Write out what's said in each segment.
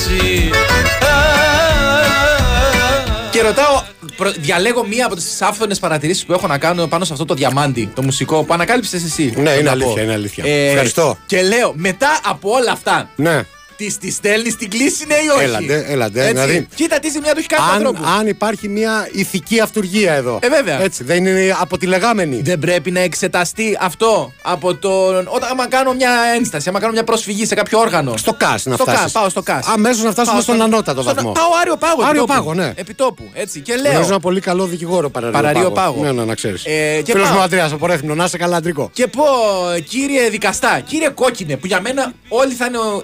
εσύ. Και ρωτάω, προ- διαλέγω μία από τις άφθονες παρατηρήσεις που έχω να κάνω πάνω σε αυτό το διαμάντι, το μουσικό που ανακάλυψες εσύ. Ναι, είναι Να αλήθεια, πω. είναι αλήθεια. Ευχαριστώ. Και λέω, μετά από όλα αυτά, Ναι. τη τη στέλνεις την κλίση, ναι ή όχι. Έλαντε, έλαντε, Έτσι. δηλαδή. Κοίτα τι ζημιά του έχει κάνει του Αν, ανθρώπου. αν υπάρχει μια ηθική αυτουργία εδώ. Ε, βέβαια. Έτσι, δεν είναι αποτιλεγάμενη. Δεν πρέπει να εξεταστεί αυτό από τον. Όταν άμα κάνω μια ένσταση, άμα κάνω μια προσφυγή σε κάποιο όργανο. Στο ΚΑΣ να στο φτάσεις. ΚΑΣ, πάω στο ΚΑΣ. Αμέσως να φτάσουμε Πάω στον ανώτατο βαθμό. Πάω άριο πάγο. Άριο επιτόπου. πάγο, ναι. Επιτόπου. Έτσι. Και Γνωρίζω λέω. ένα πολύ καλό δικηγόρο παραρίω, Παραρίω Πάγο. Ναι, ναι, να ξέρεις. Ε, και Φίλος πάω. μου Αντρέα από Ρέθμινο, να είσαι καλά, Αντρικό. Και πω, κύριε δικαστά, κύριε κόκκινε, που για μένα όλοι θα είναι ο,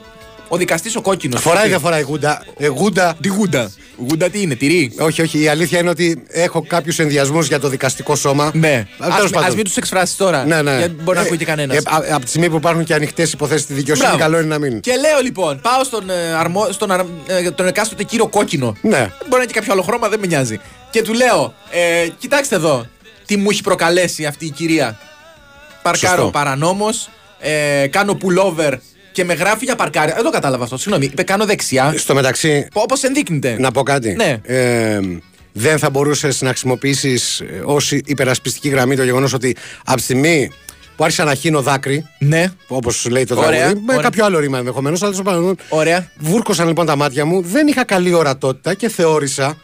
ο δικαστής ο κόκκινος. Φοράει δεν φοράει γούντα. Ε, γούντα. Τη γούντα. Γούντα τι είναι, τυρί. Όχι, όχι, η αλήθεια είναι ότι έχω κάποιους ενδιασμούς για το δικαστικό σώμα. Ναι. Αλλά Ας, τέλος μη- πάντων. ας μην τους εκφράσεις τώρα. Ναι, ναι. Γιατί μπορεί να ακούει και κανένας. από τη στιγμή που υπάρχουν και ανοιχτές υποθέσεις στη δικαιοσύνη, Μπράβο. καλό είναι να μείνουν. Και λέω λοιπόν, πάω στον, ε, αρμο, στον, αρ- ε, τον εκάστοτε κύριο κόκκινο. Ναι. Μπορεί να είναι και κάποιο άλλο χρώμα, δεν με νοιάζει. Και του λέω, ε, κοιτάξτε εδώ, τι μου έχει προκαλέσει αυτή η κυρία. Παρκάρω Σωστό. παρανόμως, ε, κάνω pullover και με γράφει για παρκάρι. Δεν το κατάλαβα αυτό. Συγγνώμη, είπε κάνω δεξιά. Στο μεταξύ, Όπω ενδείκνυται. να πω κάτι. Ναι. Ε, δεν θα μπορούσες να χρησιμοποιήσεις ω υπερασπιστική γραμμή το γεγονός ότι από τη στιγμή που άρχισα να χύνω δάκρυ, Ναι. όπως λέει το Ωραία, τραγούδι, με ωραία. κάποιο άλλο ρήμα ενδεχομένως, αλλά τέλος πάντων. Ωραία. Βούρκωσαν λοιπόν τα μάτια μου, δεν είχα καλή ορατότητα και θεώρησα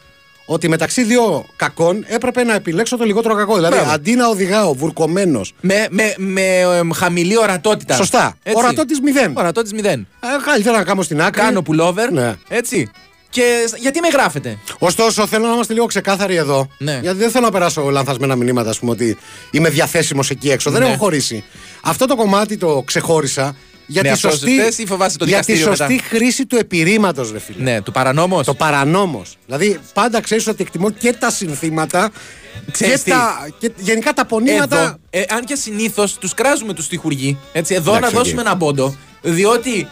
ότι μεταξύ δύο κακών έπρεπε να επιλέξω το λιγότερο κακό. Δηλαδή, Μπράβο. αντί να οδηγάω βουρκωμένος. Με, με, με εμ, χαμηλή ορατότητα. Σωστά. Ορατότης μηδέν. Ορατότης μηδέν. Καλύτερα ε, να κάνω στην άκρη. Κάνω pullover. Ναι. Έτσι. Και σ- γιατί με γράφετε. Ωστόσο, θέλω να είμαστε λίγο ξεκάθαροι εδώ. Ναι. Γιατί δεν θέλω να περάσω λανθασμένα μηνύματα, ας πούμε, ότι είμαι διαθέσιμος εκεί έξω. Δεν Ναι. έχω χωρίσει. Αυτό το κομμάτι το ξεχώρισα για Ναι, τη αυτό σωστή, ζητές ή φοβάσαι το για τη δικαστήριο σωστή χρήση του επιρήματο, ρε φίλε. Ναι, του παρανόμως. Το παρανόμο. Δηλαδή, πάντα ξέρεις ότι εκτιμώ και τα συνθήματα Ξέρεις και, τι. τα, και γενικά τα πονήματα. Εδώ, ε, αν και συνήθως τους κράζουμε τους τυχουργοί. Έτσι, εδώ Εντάξει, να οκ. δώσουμε ένα πόντο. Διότι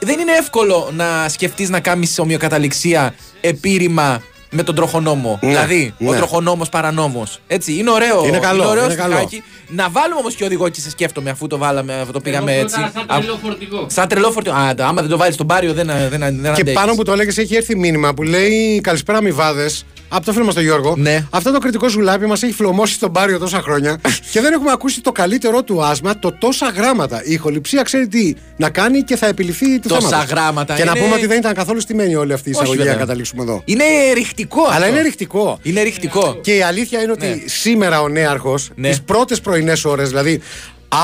δεν είναι εύκολο να σκεφτείς να κάνεις ομοιοκαταληξία επίρρημα με τον τροχονόμο. Ναι, δηλαδή, ο ναι. τροχονόμος παρανόμος. Έτσι, είναι ωραίο. Είναι καλό, ωραίο είναι καλό. στοιχάκι. Να βάλουμε όμως και οδηγό και σε σκέφτομαι αφού το βάλαμε, αφού το πήγαμε Εγώ έτσι. πρώτα σαν Α, τρελό φορτηγό. Σαν τρελό φορτίο. Α, άμα δεν το βάλεις στον πάριο, δεν, δεν, δεν Και αντέχεις. πάνω που το έλεγες έχει έρθει μήνυμα που λέει Καλησπέρα, αμοιβάδες. Από το φίλο μας τον Γιώργο. Ναι. Αυτό το κριτικό ζουλάπι μας έχει φλωμώσει στον πάριο τόσα χρόνια και δεν έχουμε ακούσει το καλύτερό του άσμα, το τόσα γράμματα. Η ηχοληψία ξέρει τι να κάνει και θα επιληθεί του Τόσα θέματος. γράμματα Και να είναι- πούμε ότι δεν ήταν καθόλου στημένη όλη αυτή η Όχι, εισαγωγή να βέβαια. καταλήξουμε εδώ. Είναι ρηχτικό αυτό. Αλλά είναι ρηχτικό. Είναι ρηχτικό. Και η αλήθεια είναι ότι Ναι. σήμερα ο νέαρχος, Ναι. τις πρώτες πρωινές ώρες, δηλαδή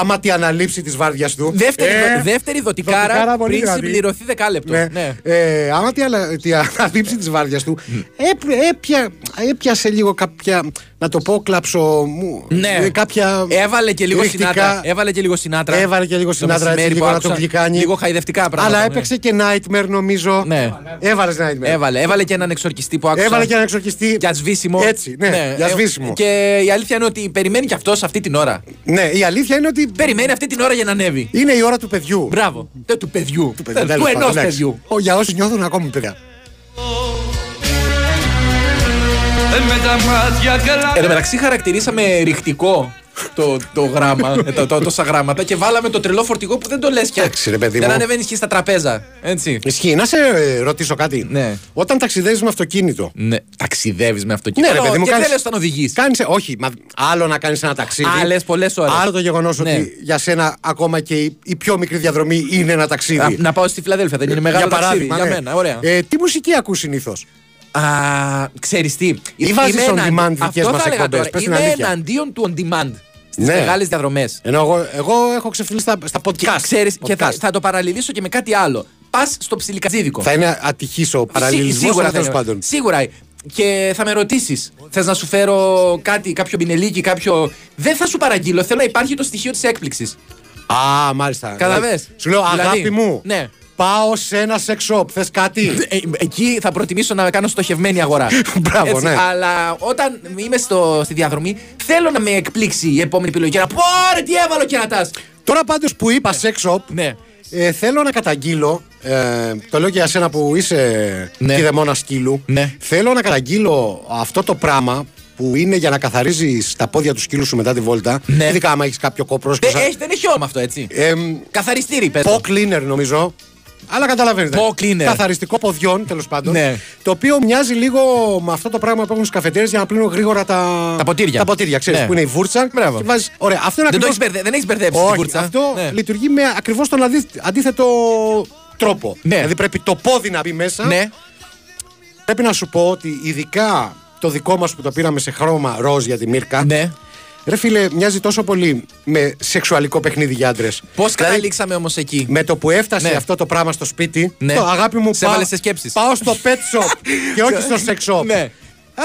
άμα τη αναλήψει τη βάρδιας του. Δεύτερη, ε, δο- δεύτερη δοτικάρα, δοτικάρα πολύ πριν δυνατή. συμπληρωθεί δεκάλεπτο. Ναι. Ναι. Ε, άμα τη, αλα... τη αναλήψη τη βάρδιας του, ε, έπ- έπια- έπιασε λίγο κάποια. Να το πω, κλαψο. Μου, Ναι. ε, κάποια Έβαλε και λίγο ρηχτικά- συνάτρα. Έβαλε και λίγο συνάτρα. Έβαλε και λίγο Το συνάτρα έτσι, μεσημέρι λίγο που να τον άκουσα. γλυκάνει. Λίγο χαϊδευτικά πράγματα. Αλλά ναι. έπαιξε και Nightmare νομίζω. Ναι. Έβαλες Nightmare. Έβαλε, έβαλε και έναν εξορκιστή που άκουσα. Έβαλε και έναν εξορκιστή. Για σβήσιμο. Έτσι, ναι, για ε, σβήσιμο. Και η αλήθεια είναι ότι περιμένει κι αυτός αυτή την ώρα. Ναι, η αλήθεια είναι ότι Περιμένει αυτή την ώρα για να ανέβει. είναι η ώρα του παιδιού. Μπράβο. Τε του παιδιού. Του παιδιού, τέλος πάντων, ενός εντάξει. παιδιού. Ω, Για όσοι νιώθουν ακόμη παιδιά. Με τα μάτια καλά. Εν τω μεταξύ, χαρακτηρίσαμε ρηχτικό το, το γράμμα, ε, τα- τα- τόσα γράμματα και βάλαμε το τρελό φορτηγό που δεν το λες και. Εντάξει, ρε παιδί δεν μου. ανεβαίνει και στα τραπέζα. Έτσι. Ισχύει. Να σε ε, ρωτήσω κάτι. Ναι. Όταν ταξιδεύεις με αυτοκίνητο. Ναι, ταξιδεύεις με αυτοκίνητο. Ναι, ρε παιδί μου, και κάνεις- δεν λε όταν οδηγείς. Κάνεις, όχι, μα, άλλο να κάνεις ένα ταξίδι. Άλλες πολλές ώρες. Άλλο το γεγονός Ναι. ότι για σένα ακόμα και η, η πιο μικρή διαδρομή είναι ένα ταξίδι. Να, να πάω στη Φιλαδέλφια, δεν είναι μεγάλο Ε, για ταξίδι. παράδειγμα. ναι. Για ναι. μένα, ωραία. Ε, τι μουσική ακούς συνήθως. Α, ξέρεις τι. Ή βάζεις είμαι on εναν- demand δικές Αυτό θα μας έλεγα εκπομπές, τώρα. πες την Είμαι αλήθεια. εναντίον του on demand στι Ναι. μεγάλες διαδρομές. Ενώ εγώ, εγώ έχω ξεφύλλει στα, στα podcast. Ξέρεις, και θα, Podcast. θα το παραλληλήσω και με κάτι άλλο. Πας στο ψιλικατζίδικο. Θα είναι ατυχής ο Σί- παραλληλισμός, σίγουρα αλλά θα τέλος είναι. πάντων. Σίγουρα. Και θα με ρωτήσεις, θες να σου φέρω κάτι, κάποιο μπινελίκι, κάποιο. Δεν θα σου παραγγείλω. Θέλω να υπάρχει το στοιχείο της έκπληξης. Α, μάλιστα. Καταλαβες. Σου λέω Δηλαδή, αγάπη μου. ναι. Πάω σε ένα σεξ shop. Θες κάτι. Ε, ε, εκεί θα προτιμήσω να κάνω στοχευμένη αγορά. Μπράβο, ναι. Αλλά όταν είμαι στο, στη διαδρομή, θέλω να με εκπλήξει η επόμενη επιλογή. Και να πω, ρε, τι έβαλε ο κερατάς. Τώρα πάντως που είπα σεξ shop, Ναι. ε, θέλω να καταγγείλω. Ε, το λέω και για σένα που είσαι Ναι. ναι. κυδεμόνα σκύλου. Ναι. Θέλω να καταγγείλω αυτό το πράγμα που είναι για να καθαρίζεις τα πόδια του σκύλου σου μετά τη βόλτα. Ναι. Ε, Ειδικά άμα έχεις κάποιο κόπρος. Δεν έχει, δεν έχει όνομα αυτό, έτσι. Ε, Καθαριστήρι, πες. το. Paw cleaner νομίζω. Αλλά καταλαβαίνετε. Paw cleaner. Καθαριστικό ποδιών, τέλος πάντων. Ναι. Το οποίο μοιάζει λίγο με αυτό το πράγμα που έχουν στις καφετέρες για να πλύνουν γρήγορα τα, Τα ποτήρια. Τα ποτήρια, ξέρεις, Ναι. που είναι η βούρτσα. Μπράβο. Και βάζεις- Ωραία, αυτό είναι Δεν, το ακριβώς- έχεις μπερδε- δεν έχεις μπερδέψει Όχι, την κούρτσα. αυτό Ναι. λειτουργεί με ακριβώς τον αδίθ- αντίθετο τρόπο. Ναι. Δηλαδή πρέπει το πόδι να μπει μέσα. Ναι. Πρέπει να σου πω ότι ειδικά το δικό μας που το πήραμε σε χρώμα ροζ για τη Μύρκα. ναι. Ρε φίλε, μοιάζει τόσο πολύ με σεξουαλικό παιχνίδι για άντρες. Πώς καταλήξαμε όμως εκεί. Δηλαδή- Με το που έφτασε Ναι. αυτό το πράγμα στο σπίτι, Ναι. το αγάπη μου Σε έβαλε σε σκέψεις. Πάω στο pet shop και όχι στο sex shop. Ναι.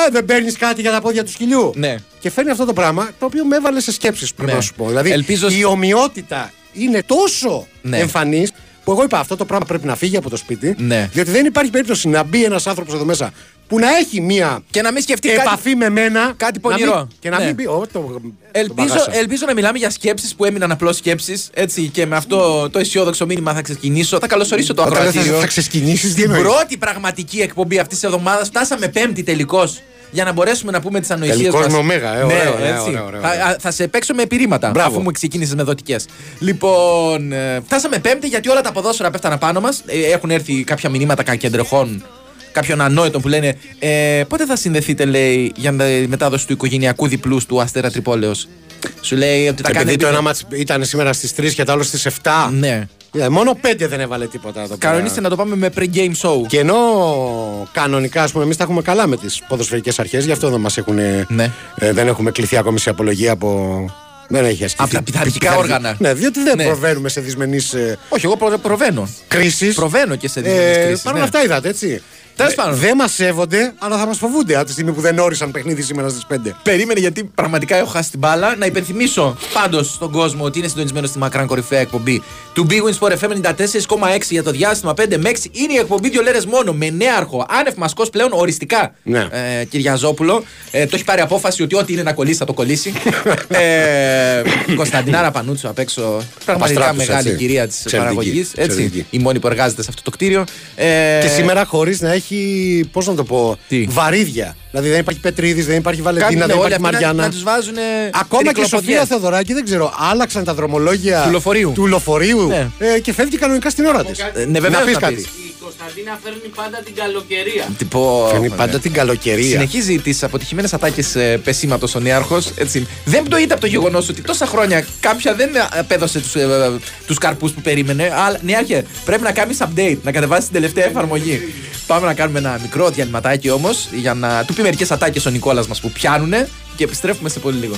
Ε, δεν παίρνεις κάτι για τα πόδια του σκυλιού. Ναι. Και φέρνει αυτό το πράγμα το οποίο με έβαλε σε σκέψεις, πρέπει Ναι. να σου πω. Δηλαδή Ελπίζω η σ- ομοιότητα είναι τόσο Ναι. εμφανής που εγώ είπα αυτό το πράγμα πρέπει να φύγει από το σπίτι. Ναι. Διότι δεν υπάρχει περίπτωση να μπει ένας άνθρωπος εδώ μέσα που να έχει μία Και να μην σκεφτεί κάτι. επαφή με μένα. κάτι να μην- πονηρό. Και να Ναι. μην πει. «Ω, το- το Ελπίζω, μπαγάσα». ελπίζω να μιλάμε για σκέψεις που έμειναν απλώς σκέψεις. Έτσι και με αυτό το αισιόδοξο μήνυμα θα ξεκινήσω. Θα καλωσορίσω το Όταν θα, ακροατήριο. θα ξεσκινήσει, τι εννοείς? Πρώτη πραγματική εκπομπή αυτής της εβδομάδας. Φτάσαμε πέμπτη τελικώς. Για να μπορέσουμε να πούμε τις ανοησίες Τελικώς μας. με ωμέγα, ε, ωραίο, ωραίο, ωραίο, ωραίο. Ναι, Θα, θα σε παίξω με πυρήματα. Μπράβο. Αφού μου ξεκίνησες με δοτικές. Λοιπόν, ε, φτάσαμε πέμπτη γιατί όλα τα ποδόσφαιρα πέφτανε πάνω μας. έχουν έρθει κάποια μηνύματα κακεντρεχών. Κάποιων ανόητων που λένε ε, Πότε θα συνδεθείτε, λέει, για να- η μετάδοση του οικογενειακού διπλού του Αστέρα Τρυπόλεω. Σου λέει ότι τα Επειδή κάνει. το ένα μάτς ήταν σήμερα στις 3 και το άλλο στις 7. Ναι. Ε, μόνο 5 δεν έβαλε τίποτα εδώ πέρα. Κανονίστε να το πάμε με pre-game show. Και ενώ κανονικά, ας πούμε, εμείς τα έχουμε καλά με τις ποδοσφαιρικές αρχές, γι' αυτό δεν μας έχουν. Ναι. Ε, δεν έχουμε κληθεί ακόμη σε απολογία από. Δεν έχει ασκηθεί. Από τα πειθαρχικά Πειθαρχική- όργανα. Ναι, διότι δεν Ναι. προβαίνουμε σε ε, δυσμενεί Όχι, εγώ προ- προβαίνω. κρίσεις. Προβαίνω και σε δυσμενείς κρίσεις, Παρ' όλα ναι. Ε, αυτά είδατε, έτσι. Τέλος Ε, πάντων. Δεν μας σέβονται, αλλά θα μας φοβούνται από τη στιγμή που δεν όρισαν παιχνίδι σήμερα στις 5. Περίμενε γιατί πραγματικά έχω χάσει την μπάλα. Να υπενθυμίσω πάντως στον κόσμο ότι είναι συντονισμένο στη μακράν κορυφαία εκπομπή του Big Wins for FM 94,6 για το διάστημα 5 με 6. Είναι η εκπομπή δύο λέρες μόνο με νέαρχο, άνευ μασκός πλέον οριστικά. Ναι. Ε, Κυριαζόπουλο. Ε, το έχει πάρει απόφαση ότι ό,τι είναι να κολλήσει θα το κολλήσει. ε, Κωνσταντινάρα Πανούτσου απ' έξω. Πραγματικά Παστράτους, μεγάλη έτσι. κυρία της Εξαιρετική, παραγωγή. εξαιρετική. Έτσι. Η μόνη που εργάζεται σε αυτό το κτίριο. Ε, Και σήμερα χωρίς να έχει, πώς να το πω, Τι? βαρύδια. Δηλαδή δεν υπάρχει Πετρίδης, δεν υπάρχει Βαλεντίνα, κάνουν δεν όλοι Ε, υπάρχει αυτοί να- Μαριάννα. Να τους βάζουν. Ακόμα και η Σοφία Θεοδωράκη, δεν ξέρω, άλλαξαν τα δρομολόγια Του λεωφορείου. του λεωφορείου, Ναι. ε, και φεύγει κανονικά στην ώρα της. Ε, ναι, βεβαίως να πεις να κάτι. πεις. Η Κωνσταντίνα φέρνει πάντα την καλοκαιρία. Τυπο... Φέρνει ναι. πάντα την καλοκαιρία. Συνεχίζει τις αποτυχημένες ατάκες ε, πεσήματο ο Νέαρχος. Δεν πτωείται από το γεγονός ότι τόσα χρόνια κάποια δεν απέδωσε τους ε, τους καρπούς που περίμενε. Αλλά Νέαρχε, πρέπει να κάνεις update, να κατεβάσεις την τελευταία εφαρμογή. Πάμε να κάνουμε ένα μικρό διαλυματάκι όμως για να του πει μερικές ατάκες ο Νικόλας μας που πιάνουν και επιστρέφουμε σε πολύ λίγο.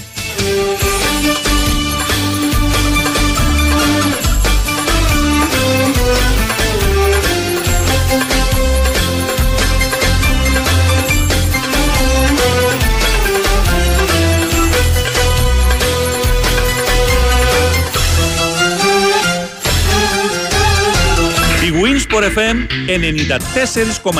Η Winsport FM 94,6.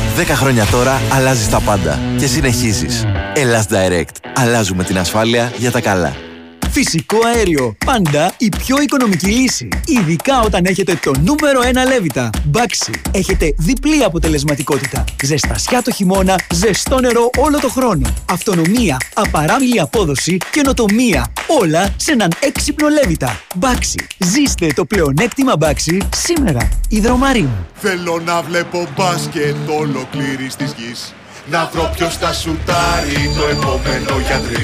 10 χρόνια τώρα αλλάζεις τα πάντα και συνεχίζεις. Ελλάς Direct. Αλλάζουμε την ασφάλεια για τα καλά. Φυσικό αέριο. Πάντα η πιο οικονομική λύση. Ειδικά όταν έχετε το νούμερο 1 λέβητα. Μπάξι. Έχετε διπλή αποτελεσματικότητα. Ζεστασιά το χειμώνα, ζεστό νερό όλο το χρόνο. Αυτονομία, απαράμιλη απόδοση, καινοτομία. Όλα σε έναν έξυπνο λέβητα. Μπάξι. Ζήστε το πλεονέκτημα Μπάξι σήμερα. Ιδρωμαρίν. Θέλω να βλέπω μπάσκετ ολοκλήρης της γης. Να βρω ποιος θα σουτάρει το επόμενο για τρεις.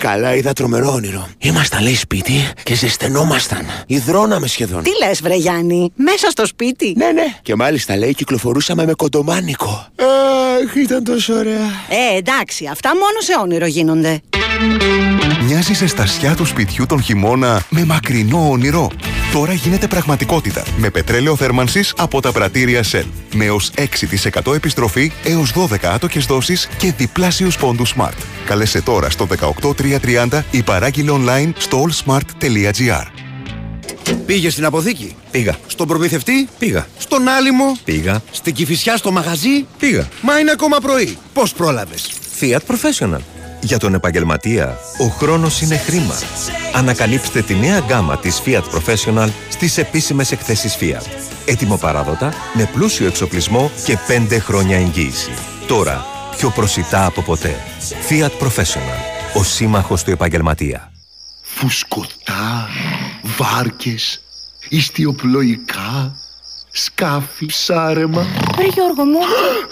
Καλά, είδα τρομερό όνειρο. Ήμασταν λέει σπίτι και ζεσθενόμασταν. Ιδρώναμε σχεδόν. Τι λες βρε Γιάννη, μέσα στο σπίτι. Ναι, ναι. Και μάλιστα λέει κυκλοφορούσαμε με κοντομάνικο. Αχ, Ε, ήταν τόσο ωραία. Ε, εντάξει, αυτά μόνο σε όνειρο γίνονται. Μοιάζεις σε στασιά του σπιτιού τον χειμώνα με μακρινό όνειρο. Τώρα γίνεται πραγματικότητα με πετρέλαιο θέρμανσης από τα πρατήρια Shell. Με έως 6% επιστροφή, έως 12 άτοκες δόσεις και διπλάσιους πόντους Smart. Καλέσε τώρα στο 18330 ή παράγγειλε online στο allsmart.gr. Πήγες στην αποθήκη. Πήγα. Στον προμηθευτή. Πήγα. Στον άλυμο. Πήγα. Στην κυφισιά στο μαγαζί. Πήγα. Μα είναι ακόμα πρωί. Πώς πρόλαβες. Fiat Professional. Για τον επαγγελματία, ο χρόνος είναι χρήμα. Ανακαλύψτε τη νέα γκάμα της Fiat Professional στις επίσημες εκθέσεις Fiat. Έτοιμο παράδοτα, με πλούσιο εξοπλισμό και 5 χρόνια εγγύηση. Τώρα, πιο προσιτά από ποτέ. Fiat Professional. Ο σύμμαχος του επαγγελματία. Φουσκωτά, βάρκες, ιστιοπλοϊκά, σκάφη, ψάρεμα. Ρε Γιώργο μου,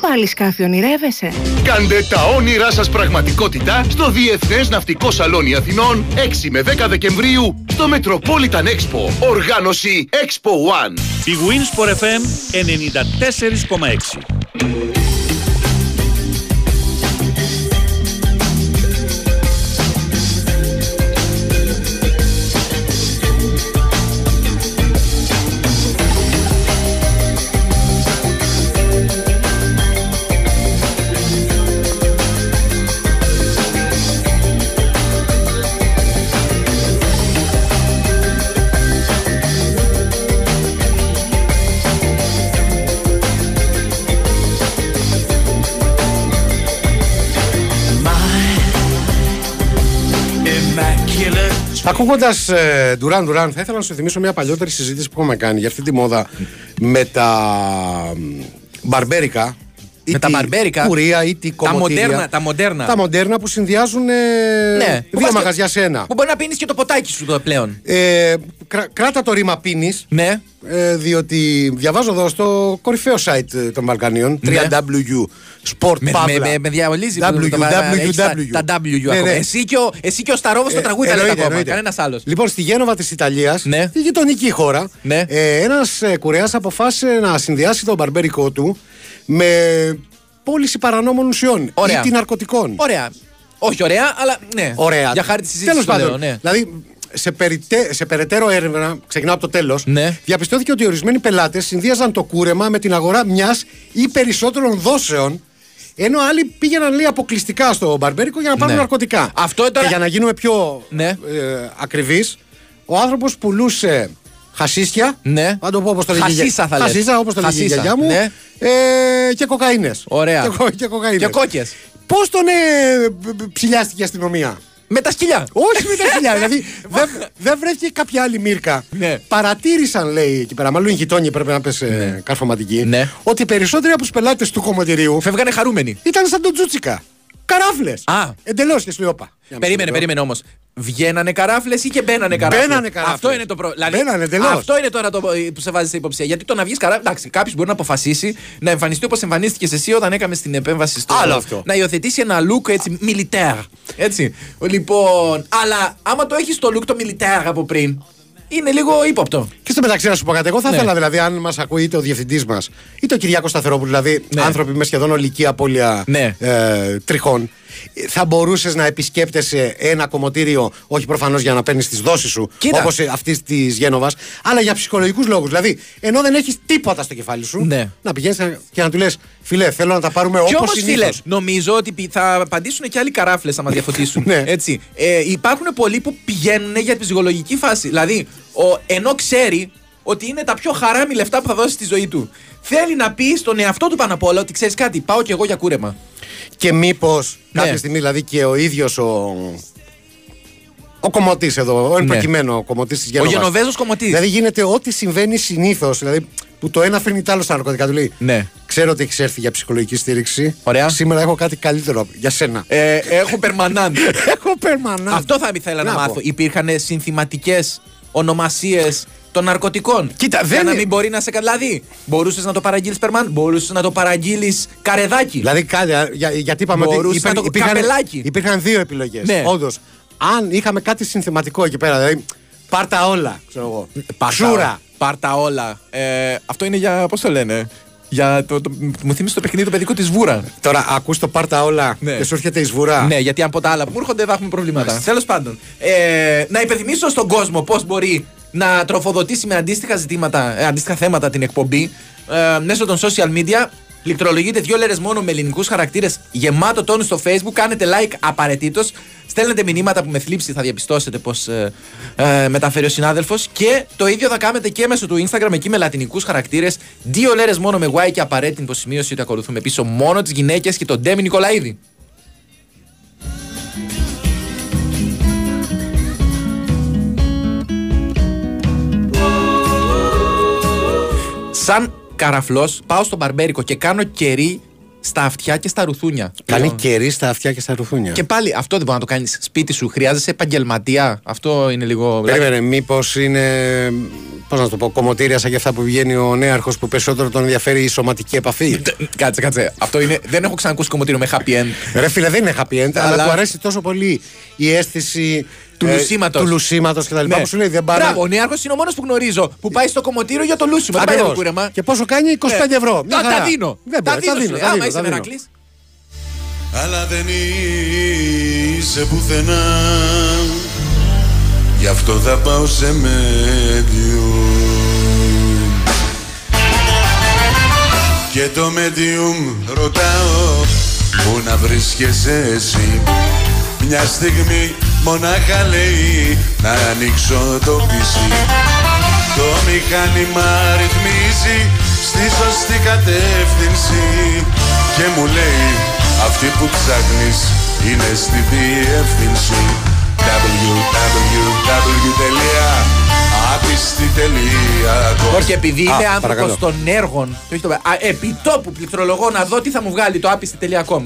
πάλι σκάφη ονειρεύεσαι. Κάντε τα όνειρά σας πραγματικότητα στο Διεθνές Ναυτικό Σαλόνι Αθηνών 6 με 10 Δεκεμβρίου στο Metropolitan Expo. Οργάνωση Expo One. Η Winsport FM 94,6. Ακούγοντας ε, Ντουράν Ντουράν, θα ήθελα να σου θυμίσω μια παλιότερη συζήτηση που έχουμε κάνει για αυτή τη μόδα με τα μ, μπαρμπέρικα. ή Με τα τη μπαρμπέρικα. Κουρία ή τη Τα κομμωτήρια. μοντέρνα, τα μοντέρνα. Τα μοντέρνα που συνδυάζουν ε, Ναι. Που δύο βάζεις- μαγαζιά σε ένα. Που μπορεί να πίνεις και το ποτάκι σου εδώ πλέον. Ε, κρα- κράτα το ρήμα πίνεις. Ναι. Ε, διότι διαβάζω εδώ στο κορυφαίο site ε, των Βαλκανίων Ναι. 3W Sport Με, Pavla. με, με, με διαβολίζει που www. το βα- έχεις τα, τα W Ναι, ακόμα. ναι. Εσύ και ο, εσύ και ο Σταρόβος Ε, το τραγούδι τα λέτε εννοείται, ακόμα. εννοείται. Κανένας άλλος. Λοιπόν, στη Γένοβα της Ιταλίας, Ναι. η γειτονική χώρα, Ναι. ε, ένας κουρέας αποφάσισε να συνδυάσει τον μπαρμπέρικο του με πώληση παρανόμων ουσιών Ωραία. ή την ναρκωτικών. Ωραία. Όχι ωραία, αλλά ναι. Ωραία. Για χάρη της συζήτησης. Τέλος πάντων, ναι. Δηλαδή, σε, περιτέ, σε περαιτέρω έρευνα, ξεκινάω από το τέλος, Ναι. διαπιστώθηκε ότι ορισμένοι πελάτες συνδύαζαν το κούρεμα με την αγορά μιας ή περισσότερων δόσεων. Ενώ άλλοι πήγαιναν λέει αποκλειστικά στο μπαρμπέρικο για να πάρουν Ναι. ναρκωτικά. Αυτό τώρα- Και για να γίνουμε πιο Ναι. ε, ακριβείς, ο άνθρωπος πουλούσε χασίσια. Ναι. Να το πω όπως το λέγει. η Χασίσα γιαγιά- θα λες. Χασίσα, όπως το λέγει η Χασίσα, γιαγιά μου. ναι. Ε, και κοκαίνες. Ωραία. Και, κο- και κοκαίνες. Και κόκκες. Πώς τον ε, μ, μ, ψηλιάστηκε η αστυνομία. Με τα σκυλιά. Όχι με τα χιλιά. δηλαδή δεν δεν βρέθηκε κάποια άλλη μύρκα. Ναι. Παρατήρησαν, λέει εκεί πέρα, μάλλον οι γειτόνιοι πρέπει να πες ε, καρφωματικοί, Ναι. ότι οι περισσότεροι από τους πελάτες του κομμωτηρίου Φεύγανε χαρούμενοι. ήταν σαν τον Τζούτσικα. Καράφλε. Α. Εντελώς και σου λέω, «Όπα». Για να Περίμενε, σου λέω. περίμενε όμως. Βγαίνανε καράφλε ή και μπαίνανε καράφλε. Μπαίνανε καράφλες. Αυτό είναι το πρόβλημα. Μπαίνανε εντελώς. αυτό είναι τώρα το ε, που σε βάζει σε υποψία. Γιατί το να βγεις καράφλε. Εντάξει, κάποιος μπορεί να αποφασίσει να εμφανιστεί όπως εμφανίστηκες εσύ όταν έκαμε την επέμβαση στο. Άλλο αυτό. Να υιοθετήσει ένα look έτσι μιλιτέρ. Έτσι. Λοιπόν, αλλά άμα το έχεις το look το μιλιτέρ από πριν, είναι λίγο ύποπτο. Και στο μεταξύ να σου πω κάτι. Εγώ θα Ναι. ήθελα δηλαδή, αν μας ακούει είτε ο διευθυντής μας, είτε ο Κυριάκο Σταθερόπουλο, δηλαδή Ναι. άνθρωποι με σχεδόν ολική απώλεια Ναι. ε, τριχών, ε, θα μπορούσες να επισκέπτεσαι ένα κομμωτήριο, όχι προφανώς για να παίρνεις τις δόσεις σου, ε, Κοίτα. όπως αυτής της Γένοβας, αλλά για ψυχολογικούς λόγους. Δηλαδή, ενώ δεν έχεις τίποτα στο κεφάλι σου, Ναι. να πηγαίνεις και να του λες, φιλέ, θέλω να τα πάρουμε Κι όπως όμως, φίλε, συνήθω. νομίζω ότι πι- θα απαντήσουν και άλλοι καράφλες να μα διαφωτίσουν. Ναι. Έτσι. Ε, υπάρχουν πολλοί που πηγαίνουν για την ψυχολογική φάση. Δηλαδή, ο, ενώ ξέρει ότι είναι τα πιο χαράμι λεφτά που θα δώσει στη ζωή του. Θέλει να πει στον εαυτό του πάνω απ' όλα ότι ξέρεις κάτι, πάω κι εγώ για κούρεμα. Και μήπως Ναι. κάποια στιγμή, δηλαδή και ο ίδιος ο. Ο κομμωτής εδώ, ο εν Ναι. προκειμένου ο κομμωτής της Ο Γενοβάς. Γενοβέζο κομμωτής. Δηλαδή γίνεται ό,τι συμβαίνει συνήθως. Δηλαδή που το ένα φέρνει το άλλο στα ναρκωτικά του λέει. Ναι. Ξέρω ότι έχεις έρθει για ψυχολογική στήριξη. Ωραία. Σήμερα έχω κάτι καλύτερο για σένα. Ε, έχω περμανάν. έχω περμανά. Αυτό θα ήθελα να, μάθω. Υπήρχαν συνθηματικές ονομασίες των ναρκωτικών. Κοίτα, για δεν να είναι- μην μπορεί να σε. κα- Δηλαδή, μπορούσες να το παραγγείλεις Περμαν, μπορούσες να το παραγγείλεις Καρεδάκι. Δηλαδή, κάτι- για, γιατί είπαμε ότι Μπορούσες να το- καπελάκι. υπήρχαν δύο επιλογές. Ναι. Όντως, αν είχαμε κάτι συνθεματικό εκεί πέρα, δηλαδή πάρτα όλα, ξέρω εγώ. Πάρτα Ξούρα. όλα. Πάρτα όλα. Ε, αυτό είναι για. Πώς το λένε. Για το, το, μου θύμισε το παιχνίδι το παιδικό της Βούρα. Τώρα ακούς το πάρτα όλα και σου έρχεται η σβουρά. Ναι, γιατί από τα άλλα που μου έρχονται θα έχουμε προβλήματα. Τέλος πάντων, ε, να υπενθυμίσω στον κόσμο πώς μπορεί να τροφοδοτήσει με αντίστοιχα, ζητήματα, ε, αντίστοιχα θέματα την εκπομπή ε, μέσω των social media. Λικτρολογείτε δύο λέρες μόνο με ελληνικούς χαρακτήρες γεμάτο τόνους στο facebook. Κάνετε like απαραίτητος. Στέλνετε μηνύματα που με θλίψη θα διαπιστώσετε πώ ε, ε, μεταφέρει ο συνάδελφος. Και το ίδιο θα κάνετε και μέσω του Instagram εκεί με λατινικούς χαρακτήρες. Δύο λέρες μόνο με Y και απαραίτητη υποσημείωση ότι ακολουθούμε πίσω μόνο τις γυναίκες και τον Ντέμι Νικολαίδη. Σαν καραφλός, πάω στον μπαρμπέρικο και κάνω κερί στα αυτιά και στα ρουθούνια. Κάνει Λέω. κερί στα αυτιά και στα ρουθούνια. Και πάλι αυτό δεν μπορεί να το κάνεις σπίτι σου. Χρειάζεσαι επαγγελματία. Αυτό είναι λίγο. Περίμενε, μήπως είναι. Πώς να το πω, κομμωτήρια σαν και αυτά που βγαίνει ο νέαρχος που περισσότερο τον ενδιαφέρει η σωματική επαφή. Κάτσε, κάτσε. Αυτό είναι. Δεν έχω ξανακούσει κομμωτήριο με happy end. Ρε φίλε, δεν είναι happy end, αλλά Αλλά- του αρέσει τόσο πολύ η αίσθηση Του ε, λουσίματος. του λουσίματος και τα λοιπά. Ναι. Που σου λέει δεν πάρει. Μπράβο, ο Νέαρχο είναι ο μόνος που γνωρίζω που πάει στο κομμωτήριο για το λούσιμο. Δεν πάει για το κούρεμα. Και πόσο κάνει 25 Ναι. ευρώ. Μια Τα, χαρά. τα δίνω. Δεν τα μπορεί, δίνω. σου λέει. τα Άμα δίνω, είσαι τα δίνω. Μερακλής, Αλλά δεν είσαι πουθενά Γι' αυτό θα πάω σε medium Και το medium ρωτάω Πού να βρίσκεσαι εσύ Μια στιγμή μονάχα λέει Να ανοίξω το PC το μηχάνημα ρυθμίζει στη σωστή κατεύθυνση και μου λέει αυτή που ψάχνεις είναι στη διεύθυνση www.apisti.com Όχι, επειδή είναι άνθρωπο των έργων. και όχι των- Α, Επί τόπου πληκτρολογώ να δω τι θα μου βγάλει το άπιστη.com.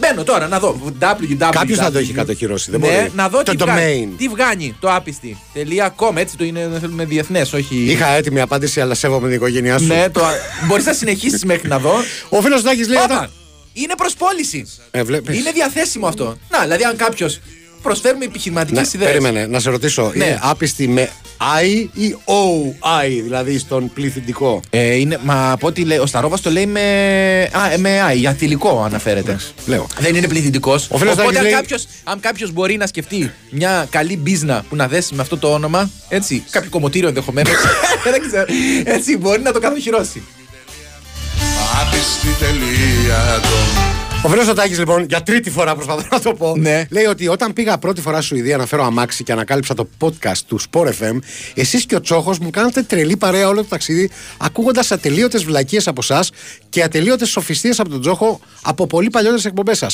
Μπαίνω τώρα να δω. www. Κάποιος θα το έχει κατοχυρώσει, δεν ναι, μπορεί. Να δω Το τι, βγάνει, domain. τι βγάνει το άπιστη.com. Έτσι το είναι, δεν θέλουμε διεθνές, όχι. Είχα έτοιμη απάντηση, αλλά σέβομαι την οικογένειά σου. Ναι, το... μπορείς να συνεχίσεις μέχρι να δω. Ο φίλος Τάκη λέει. Όπα! όταν- Είναι προ πώληση. Ε, βλέπεις. Είναι διαθέσιμο αυτό. Να, δηλαδή, αν κάποιος προσφέρουμε επιχειρηματικές Ναι, ιδέες. περίμενε, να σε ρωτήσω. Ναι. Είναι άπιστη με I ή OI, δηλαδή στον πληθυντικό. Ε, είναι, μα από ό,τι λέει, ο Σταρόβας το λέει με. Α, ε, με I, για θηλυκό αναφέρεται. Λέω. Δεν είναι πληθυντικός. Ο φίλος Οπότε, Τάκης αν λέει- κάποιος- αν κάποιος μπορεί να σκεφτεί μια καλή μπίζνα που να δέσει με αυτό το όνομα, έτσι, κάποιο κομμωτήριο ενδεχομένως. δεν ξέρω. Έτσι, μπορεί να το κατοχυρώσει. Ο φίλο Τάκη, λοιπόν, για τρίτη φορά προσπαθώ να το πω. Ναι. Λέει ότι όταν πήγα πρώτη φορά Σουηδία να φέρω αμάξι και ανακάλυψα το podcast του Sport FM, εσείς και ο Τσόχος μου κάνατε τρελή παρέα όλο το ταξίδι, ακούγοντας ατελείωτες βλακίες από εσάς και ατελείωτες σοφιστίες από τον Τσόχο από πολύ παλιότερες εκπομπές σας.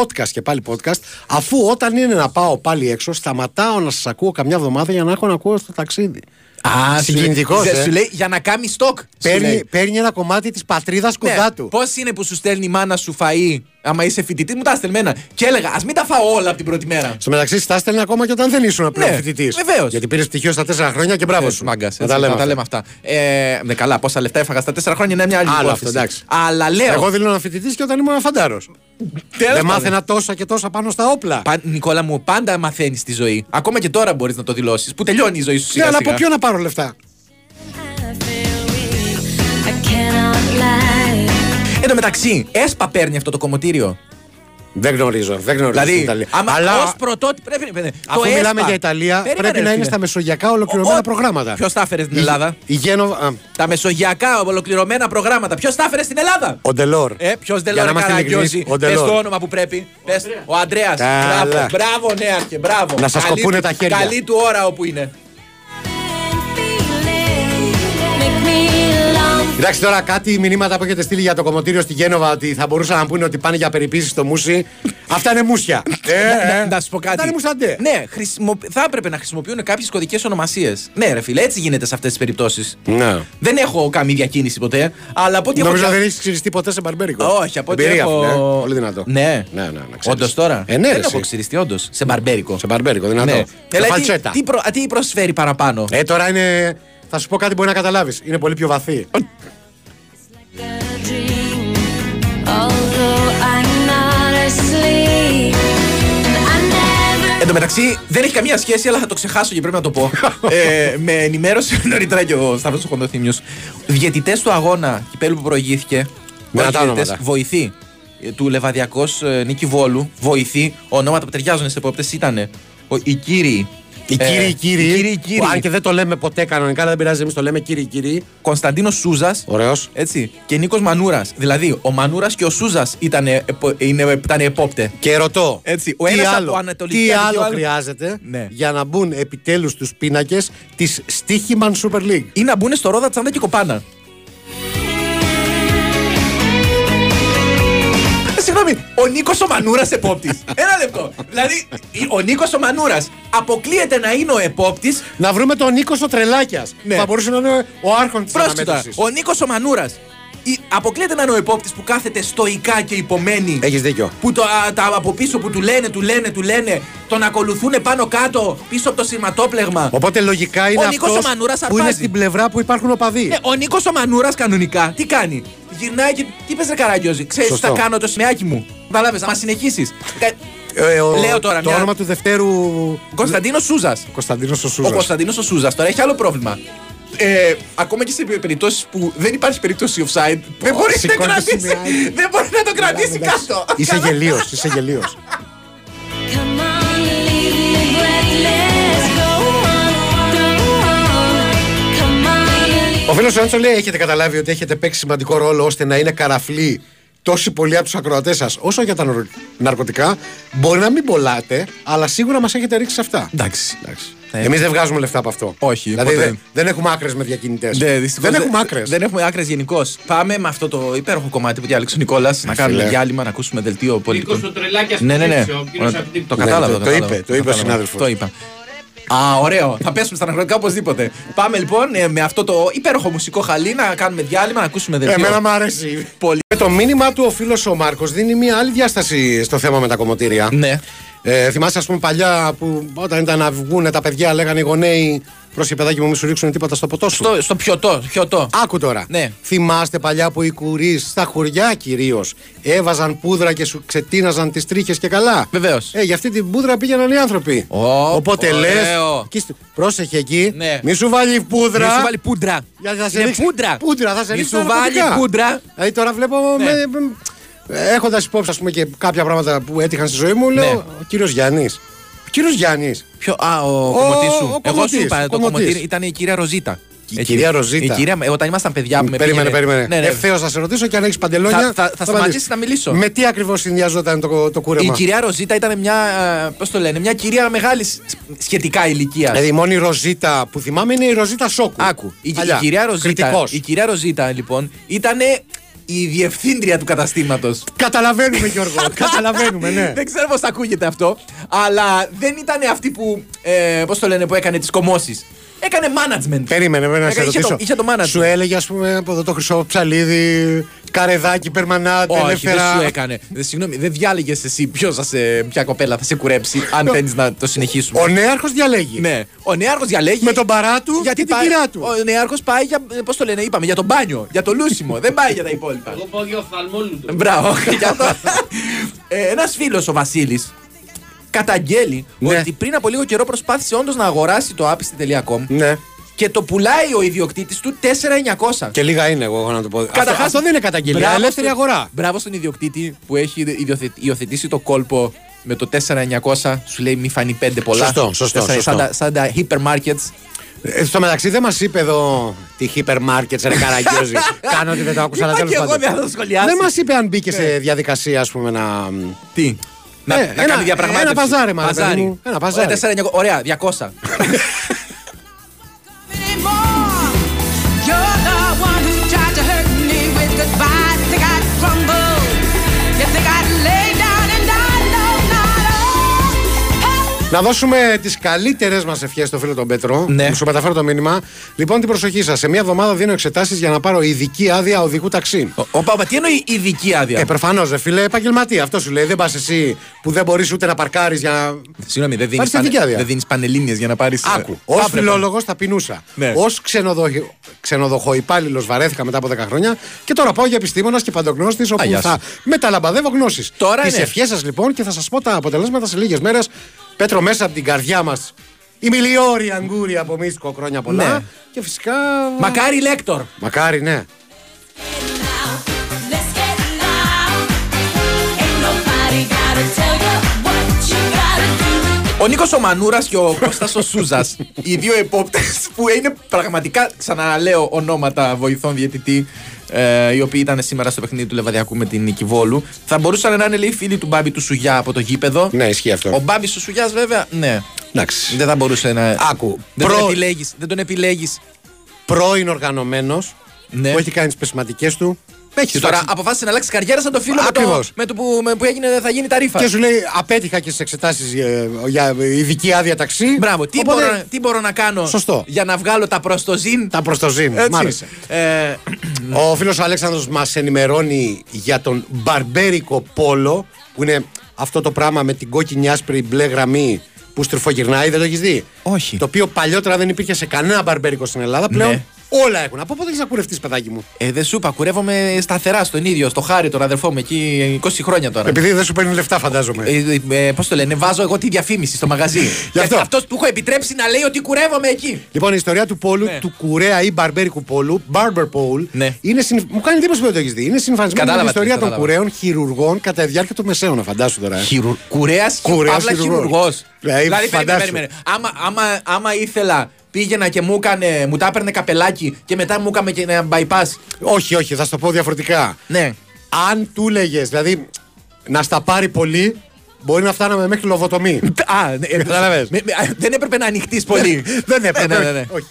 Podcast και πάλι podcast, αφού όταν είναι να πάω πάλι έξω, σταματάω να σας ακούω καμιά εβδομάδα για να έχω να ακούω στο ταξίδι. Α, Συγκινητικός, ε. Σου λέει για να κάνει στόκ. σου Παίρνει, λέει. Ναι. παίρνει ένα κομμάτι της πατρίδας κοντά του. Πώς είναι που σου στέλνει η μάνα σου φαΐ, άμα είσαι φοιτητής, μου τα στέλνει εμένα. Και έλεγα, ας μην τα φάω όλα από την πρώτη μέρα. Στο μεταξύ, στα στέλνει ακόμα και όταν δεν ήσουν πλέον Ναι, φοιτητής. βεβαίως. Γιατί πήρες πτυχίο στα τέσσερα χρόνια και μπράβο σου. Μάγκας. Να τα λέμε. αυτά. αυτά. Ε, ναι, καλά, πόσα λεφτά έφαγα στα τέσσερα χρόνια είναι μια άλλη Άλλο υπόθεση. αυτό, εντάξει. Αλλά λέω. Εγώ δηλώνω φοιτητής και όταν ήμουν φαντάρος. τέλος Δεν πάντων. μάθαινα τόσα και τόσα πάνω στα όπλα. Ναι, Πα- Νικόλα μου, πάντα μαθαίνεις τη ζωή. Ακόμα και τώρα μπορείς να το δηλώσεις. Που τελειώνει η ζωή σου Ναι, σιγά αλλά από σιγά. ποιο να πάρω λεφτά. Εν τω μεταξύ, έσπα παίρνει αυτό το κομμωτήριο. Δεν γνωρίζω. Δεν γνωρίζω. στην Δηλαδή, Ιταλία. άμα αλλά ως πρωτότυπο. Πρέπει, πρέπει, αφού το μιλάμε ΕΣΠΑ. για Ιταλία, Περίμενε, πρέπει ρε να είναι φίλε. στα μεσογειακά ολοκληρωμένα προγράμματα. Ποιος τα έφερε στην Η- Ελλάδα. Η Γένοβα. Τα μεσογειακά ολοκληρωμένα προγράμματα. Ποιος τα έφερε στην Ελλάδα. Ο Ντελόρ. Ε, ποιος δεν Για λέει να είμαστε καραγκιόζη. ειλικρινείς, ο Πες Ντελόρ. το όνομα που πρέπει. Πες, ο Αντρέα. Καλά. Μπράβο, μπράβο, νέαρχε, μπράβο. Να σας Καλή κοπούνε του- τα χέρια. Καλή του ώρα όπου είναι. Κοιτάξτε τώρα κάτι μηνύματα που έχετε στείλει για το κομμωτήριο στη Γένοβα ότι θα μπορούσαν να πούνε ότι πάνε για περιποίηση στο Μούσι. Αυτά είναι μουσια. Να- να- Να σου πω Αυτά κάτι. Ε, είναι μουσαντέ. Ναι, χρησιμο- θα έπρεπε να χρησιμοποιούν κάποιες κωδικές ονομασίες. Ναι, ρε φίλε, έτσι γίνεται σε αυτές τις περιπτώσεις. Ναι. Δεν έχω κάνει διακίνηση ποτέ, αλλά από ό,τι έχω. Νομίζω δια- δεν έχεις ξυριστεί ποτέ σε μπαρμπέρικο. Όχι, από ό,τι Εμπειρία, έχω- φίλε, ε. Πολύ δυνατό. Ναι. Ναι, ναι, να ξέρεις. Όντως τώρα. Ε, ναι, ρε, δεν εσύ. έχω ξυριστεί, όντως. Σε μπαρμπέρικο. Σε μπαρμπέρικο, δυνατό. Ναι. Σε Έλα, τι, φαλτσέτα. τι, προ- τι προσφέρει παραπάνω. Ε, τώρα είναι Θα σου πω κάτι μπορεί να καταλάβεις. Είναι πολύ πιο βαθύ. Εν τω μεταξύ δεν έχει καμία σχέση, αλλά θα το ξεχάσω και πρέπει να το πω. ε, με ενημέρωσε νωρίτερα και ο Σταύρος Χοντοθύμιο. Διαιτητές του αγώνα κυπέλου που προηγήθηκε. Με όχι τα διαιτητές, ονόματα. Βοηθή ε, του Λεβαδιακός Νίκη Βόλου. Βοηθή. Ονόματα που ταιριάζουν σε επόπτες ήταν οι κύριοι. Οι ε, κύριοι, κύριοι, οι κύριοι, κύριοι. που αν και δεν το λέμε ποτέ κανονικά, αλλά δεν πειράζει, εμείς το λέμε κύριοι, κύριοι. Κωνσταντίνος Σούζας. Ωραίος. Έτσι. Και Νίκος Μανούρας. Δηλαδή, ο Μανούρας και ο Σούζας ήταν, ήταν επόπτε. Και ρωτώ, Έτσι. Ο τι ένας άλλο, από Ανατολική τι και ο άλλος άλλος- χρειάζεται Ναι. για να μπουν επιτέλους στου πίνακες της Στίχημαν Super League. Ή να μπουν στο ρόδα τσάντα και κοπάνα. Ε, Συγγνώμη, ο Νίκος ο Μανούρας επόπτης. Ένα λεπτό. δηλαδή, ο Νίκος ο Μανούρας αποκλείεται να είναι ο επόπτης. Να βρούμε τον Νίκο ο Τρελάκιας. Ναι. Θα μπορούσε να είναι ο άρχον της Πρόσθετα, ο Νίκος ο Μανούρας. Αποκλείεται να είναι ο επόπτης που κάθεται στοικά και υπομένει. Έχεις δίκιο. Που το, α, τα από πίσω που του λένε, του λένε, του λένε, τον ακολουθούν πάνω κάτω, πίσω από το σηματόπλεγμα. Οπότε λογικά είναι Ο Νίκος αυτός ο Μανούρας που είναι αρπάζει. στην πλευρά που υπάρχουν οπαδοί. Ναι, ο Νίκος ο Μανούρα κανονικά τι κάνει. Γυρνάει και. Τι πες, Καραγκιόζη, ξέρεις τι θα Σωστό. κάνω το σημαίακι μου. Κατάλαβε, να μα συνεχίσει. Ε, ο- Λέω τώρα το μια- όνομα του Δευτέρου. Κωνσταντίνος Σούζας. Κωνσταντίνος ο Ο Σούζας. Κωνσταντίνος ο Σούζας τώρα έχει άλλο πρόβλημα. Ε, ακόμα και σε περιπτώσεις που δεν υπάρχει περίπτωση offside, δεν μπορεί να σηκώνεις το κρατήσει. σημαίακι. Δεν μπορεί να το κρατήσει εντάξει. κάτω. Είσαι γελίος, είσαι γελίος. Ο φίλος Άντσο λέει: Έχετε καταλάβει ότι έχετε παίξει σημαντικό ρόλο ώστε να είναι καραφλοί τόσοι πολλοί από τους ακροατές σας όσο για τα νορ- ναρκωτικά. Μπορεί να μην πολλάτε, αλλά σίγουρα μας έχετε ρίξει σε αυτά. Εντάξει. Ε, Εμεί δεν βγάζουμε λεφτά από αυτό. Όχι, Δηλαδή ποτέ. δεν, δεν έχουμε άκρες με διακινητές. Ναι, δυστυχώς δεν έχουμε άκρες. Δεν έχουμε άκρες γενικώς. Πάμε με αυτό το υπέροχο κομμάτι που διάλεξε ο Νικόλας να κάνουμε φίλε. διάλειμμα, να ακούσουμε δελτίο πολιτικό. Νίκος ο Τρελάκιας Ναι, ναι, ναι. που δείξε, ο κύριος Ωρα- Απτύπου. Το Ναι, κατάλαβα. το- το κατάλαβα, είπε, το είπε ο κατάλαβα. συνάδελφος. Το είπα. Α, ωραίο. Θα πέσουμε στα αναχρονικά οπωσδήποτε. Πάμε λοιπόν ε, με αυτό το υπέροχο μουσικό χαλί να κάνουμε διάλειμμα, να ακούσουμε δελτίο. Ε, Εμένα μου αρέσει. Πολύ. Με το μήνυμα του, ο φίλος ο Μάρκος δίνει μια άλλη διάσταση στο θέμα με τα κομμωτήρια. Ναι. Ε, θυμάσαι, ας πούμε, παλιά που όταν ήταν να βγουν τα παιδιά, λέγανε οι γονέοι: Πρόσεχε, παιδάκι μου, μη σου ρίξουν τίποτα στο ποτό σου. Στο, στο πιωτό, πιωτό. Άκου τώρα. Ναι. Θυμάστε παλιά που οι κουρείς στα χωριά κυρίως έβαζαν πούδρα και σου ξετίναζαν τις τρίχες και καλά. Βεβαίως. Ε, για αυτή την πούδρα πήγαιναν οι άνθρωποι. Οπότε λε. ωραίο. Πρόσεχε εκεί, Ναι. μη σου βάλει πούδρα. Μη σου βάλει πούντρα. Για να σε Είναι ρίξει- πούντρα. Πούντρα, θα σε Μη ρίξει. σου τα βάλει ναρκωτικά. πούντρα. Δηλαδή τώρα βλέπω. Ναι. Έχοντας υπόψη ας πούμε, και κάποια πράγματα που έτυχαν στη ζωή μου, λέω Ναι. ο κύριος Γιάννης. Κύριος Γιάννης. Ποιο, α, ο, κομωτή ο σου. Εγώ κομωτής, σου είπα, ο το κομωτής. κομωτήρι ήταν η κυρία Ροζίτα. Η κυρία Ροζίτα. Η κυρία, ε, όταν ήμασταν παιδιά που με περίμενε, πήγαινε- περίμενε. Ε, Ναι, ναι. Ευθέως θα σε ρωτήσω και αν έχεις παντελόνια. Θα- θα- θα απαντήσεις. σταματήσεις να μιλήσω. Με τι ακριβώς συνδυαζόταν το, το Η κούρεμα. κυρία Ροζίτα ήταν μια, ε, πώς το λένε, μια κυρία μεγάλης σχετικά ηλικίας. Δηλαδή, η μόνη Ροζίτα που θυμάμαι είναι η Ροζίτα Σόκου. Άκου, η, η Παλιά. κυρία Ροζίτα, Κριτικός. η κυρία Ροζίτα λοιπόν ήταν η διευθύντρια του καταστήματος. Καταλαβαίνουμε, Γιώργο. καταλαβαίνουμε, ναι. δεν ξέρω πώς θα ακούγεται αυτό, αλλά δεν ήταν αυτή που, ε, πώς το λένε, που έκανε τις κομμώσεις. Έκανε management. Περίμενε, με να σε Έκανε- Ε, είχε το- ρωτήσω. είχε το management. Σου έλεγε, ας πούμε, από εδώ το χρυσό ψαλίδι, καρεδάκι, περμανάτ, Όχι, δεν ελεύθερα. σου έκανε. Δε, συγγνώμη, δεν διάλεγες εσύ ποιος θα σε, ποια κοπέλα θα σε κουρέψει, αν θέλεις να το συνεχίσουμε. Ο νέαρχος διαλέγει. Ναι. Ο νεάρχο διαλέγει. Με τον παρά του γιατί και την πάει- κυρά του. Ο νεάρχο πάει για. Πώς το λένε, είπαμε, για τον μπάνιο, για το λούσιμο. δεν πάει για τα υπόλοιπα. Εγώ πάω για οφθαλμόλου του. Μπράβο. Ένας φίλος ο Βασίλης καταγγέλει Ναι. ότι πριν από λίγο καιρό προσπάθησε όντως να αγοράσει το άπιστη.com Ναι. και το πουλάει ο ιδιοκτήτης του 4.900. Και λίγα είναι, εγώ έχω να το πω. Αυτό- Καταρχάς- αυτό δεν είναι καταγγελία. Μπράβο Ελεύθερη στο- αγορά. Μπράβο στον ιδιοκτήτη που έχει ιδιοθε- υιοθετήσει το κόλπο με το 4.900. Σου λέει μη φανεί πέντε πολλά. Σωστό, σωστό, Τέσσερα- σωστό. Σαν, τα, σαν τα hypermarkets. Ε, Στο μεταξύ δεν μας είπε εδώ τη hyper market ρε καραγκιόζη. Κάνω ότι δεν το άκουσα, αλλά Είπα τέλος και εγώ, πάντων. δεν θα το σχολιάσω. Ναι. μας είπε αν μπήκε σε διαδικασία, ας πούμε, να. Τι. Να, Ε, να ένα- κάνει διαπραγμάτευση. ένα παζάρι, μάνα, Παζάρι. παιδί μου. Ένα παζάρι. Ωραία, 4.900. Ωραία, 200. Να δώσουμε τις καλύτερες μας ευχές στο φίλο τον Πέτρο. Ναι. Που σου μεταφέρω το μήνυμα. Λοιπόν, την προσοχή σας. Σε μία εβδομάδα δίνω εξετάσεις για να πάρω ειδική άδεια οδηγού ταξί. Ο Παπα, τι εννοεί ειδική άδεια. Ε, προφανώς, ρε φίλε, επαγγελματία. Αυτό σου λέει. Δεν πας εσύ που δεν μπορείς ούτε να παρκάρεις για να. Συγγνώμη, δεν δίνεις Πάρεις ειδική άδεια. πανελλήνιες για να ε, πάρεις. Άκου. Ω φιλόλογος θα πεινούσα. Ναι. Ως ξενοδοχό υπάλληλο βαρέθηκα μετά από 10 χρόνια και τώρα πάω για επιστήμονας και παντογνώστης όπου γεια σου. θα μεταλαμπαδεύω γνώσεις. Τώρα ναι. Τις είναι. ευχές σας λοιπόν και θα σας πω τα αποτελέσματα σε λίγες μέρες. Πέτρο, μέσα από την καρδιά μας. Η μιλιόρη Αγγούρη από Μίσκο χρόνια πολλά. Ναι. Και φυσικά. Μακάρι λέκτορ. Μακάρι, ναι. Ο Νίκος ο Μανούρα και ο Κώστας ο Σούζας. οι δύο επόπτες που είναι πραγματικά, ξαναλέω, ονόματα βοηθών διαιτητή, ε, οι οποίοι ήταν σήμερα στο παιχνίδι του Λεβαδιακού με την Νικηβόλου. Θα μπορούσαν να είναι λέει φίλοι του Μπάμπη του Σουγιά από το γήπεδο. Ναι, ισχύει αυτό. Ο Μπάμπης του Σουγιάς, βέβαια, ναι. Εντάξει. Δεν θα μπορούσε να. Άκου. Δεν προ- τον επιλέγεις. Δεν τον επιλέγεις. πρώην οργανωμένος Ναι. που έχει κάνει τις πεσηματικέ του. Έχεις Και τώρα αποφάσισε να αλλάξει καριέρα σαν το φίλο με, το, Ακριβώς. με το που, με που έγινε, θα γίνει τα ρήφα. Και σου λέει: Απέτυχα και στις εξετάσεις για ειδική άδεια ταξί. Μπράβο, τι, Οπότε, μπορώ, να- τι μπορώ να κάνω Σωστό. για να βγάλω τα προς το ζήν. Τα προς το ζήν. Έτσι. Μ' άρεσε. Ε, Ο φίλος ο Αλέξανδρος μας ενημερώνει για τον μπαρμπέρικο πόλο που είναι αυτό το πράγμα με την κόκκινη άσπρη μπλε γραμμή που στριφογυρνάει, δεν το έχεις δει. Όχι. Το οποίο παλιότερα δεν υπήρχε σε κανένα μπαρμπέρικο στην Ελλάδα. Πλέον Ναι. όλα έχουν. Από πότε έχει να κουρευτεί, παιδάκι μου. Ε, δεν σου είπα, κουρεύομαι σταθερά στον ίδιο, στο χάρι τον αδερφό μου εκεί 20 χρόνια τώρα. Επειδή δεν σου παίρνει λεφτά, φαντάζομαι. Ε, ε, ε, Πώς το λένε, βάζω εγώ τη διαφήμιση στο μαγαζί. αυτό. αυτός που έχω επιτρέψει να λέει ότι κουρεύομαι εκεί. Λοιπόν, η ιστορία του πόλου, Ναι. του κουρέα ή μπαρμπέρικου πόλου, barber pole, είναι συν- μου κάνει εντύπωση που δεν το έχεις δει. Είναι συμφανισμένη με την Κατάλαβα τι, ιστορία των κατάλαβα. κουρέων χειρουργών κατά τη διάρκεια του μεσαίωνα, φαντάσου τώρα. ε. Χειρου... Κουρέας και Κουρέας παύλα χειρουργός. χειρουργός. Δηλαδή, περίμενε, φαντάσου. περίμενε. Άμα, άμα, άμα ήθελα, πήγαινα και μου, έκανε, μου τα έπαιρνε καπελάκι και μετά μου έκαμε και ένα bypass. Όχι, όχι, θα σου το πω διαφορετικά. Ναι. Αν του λέγες, δηλαδή να στα πάρει πολύ, μπορεί να φτάναμε μέχρι λοβοτομή. Α, ναι, ε, Καταλαβες. με- με- α, δεν έπρεπε να ανοιχτείς πολύ. δεν έπρεπε. Ε, ναι, ναι, ναι. Όχι.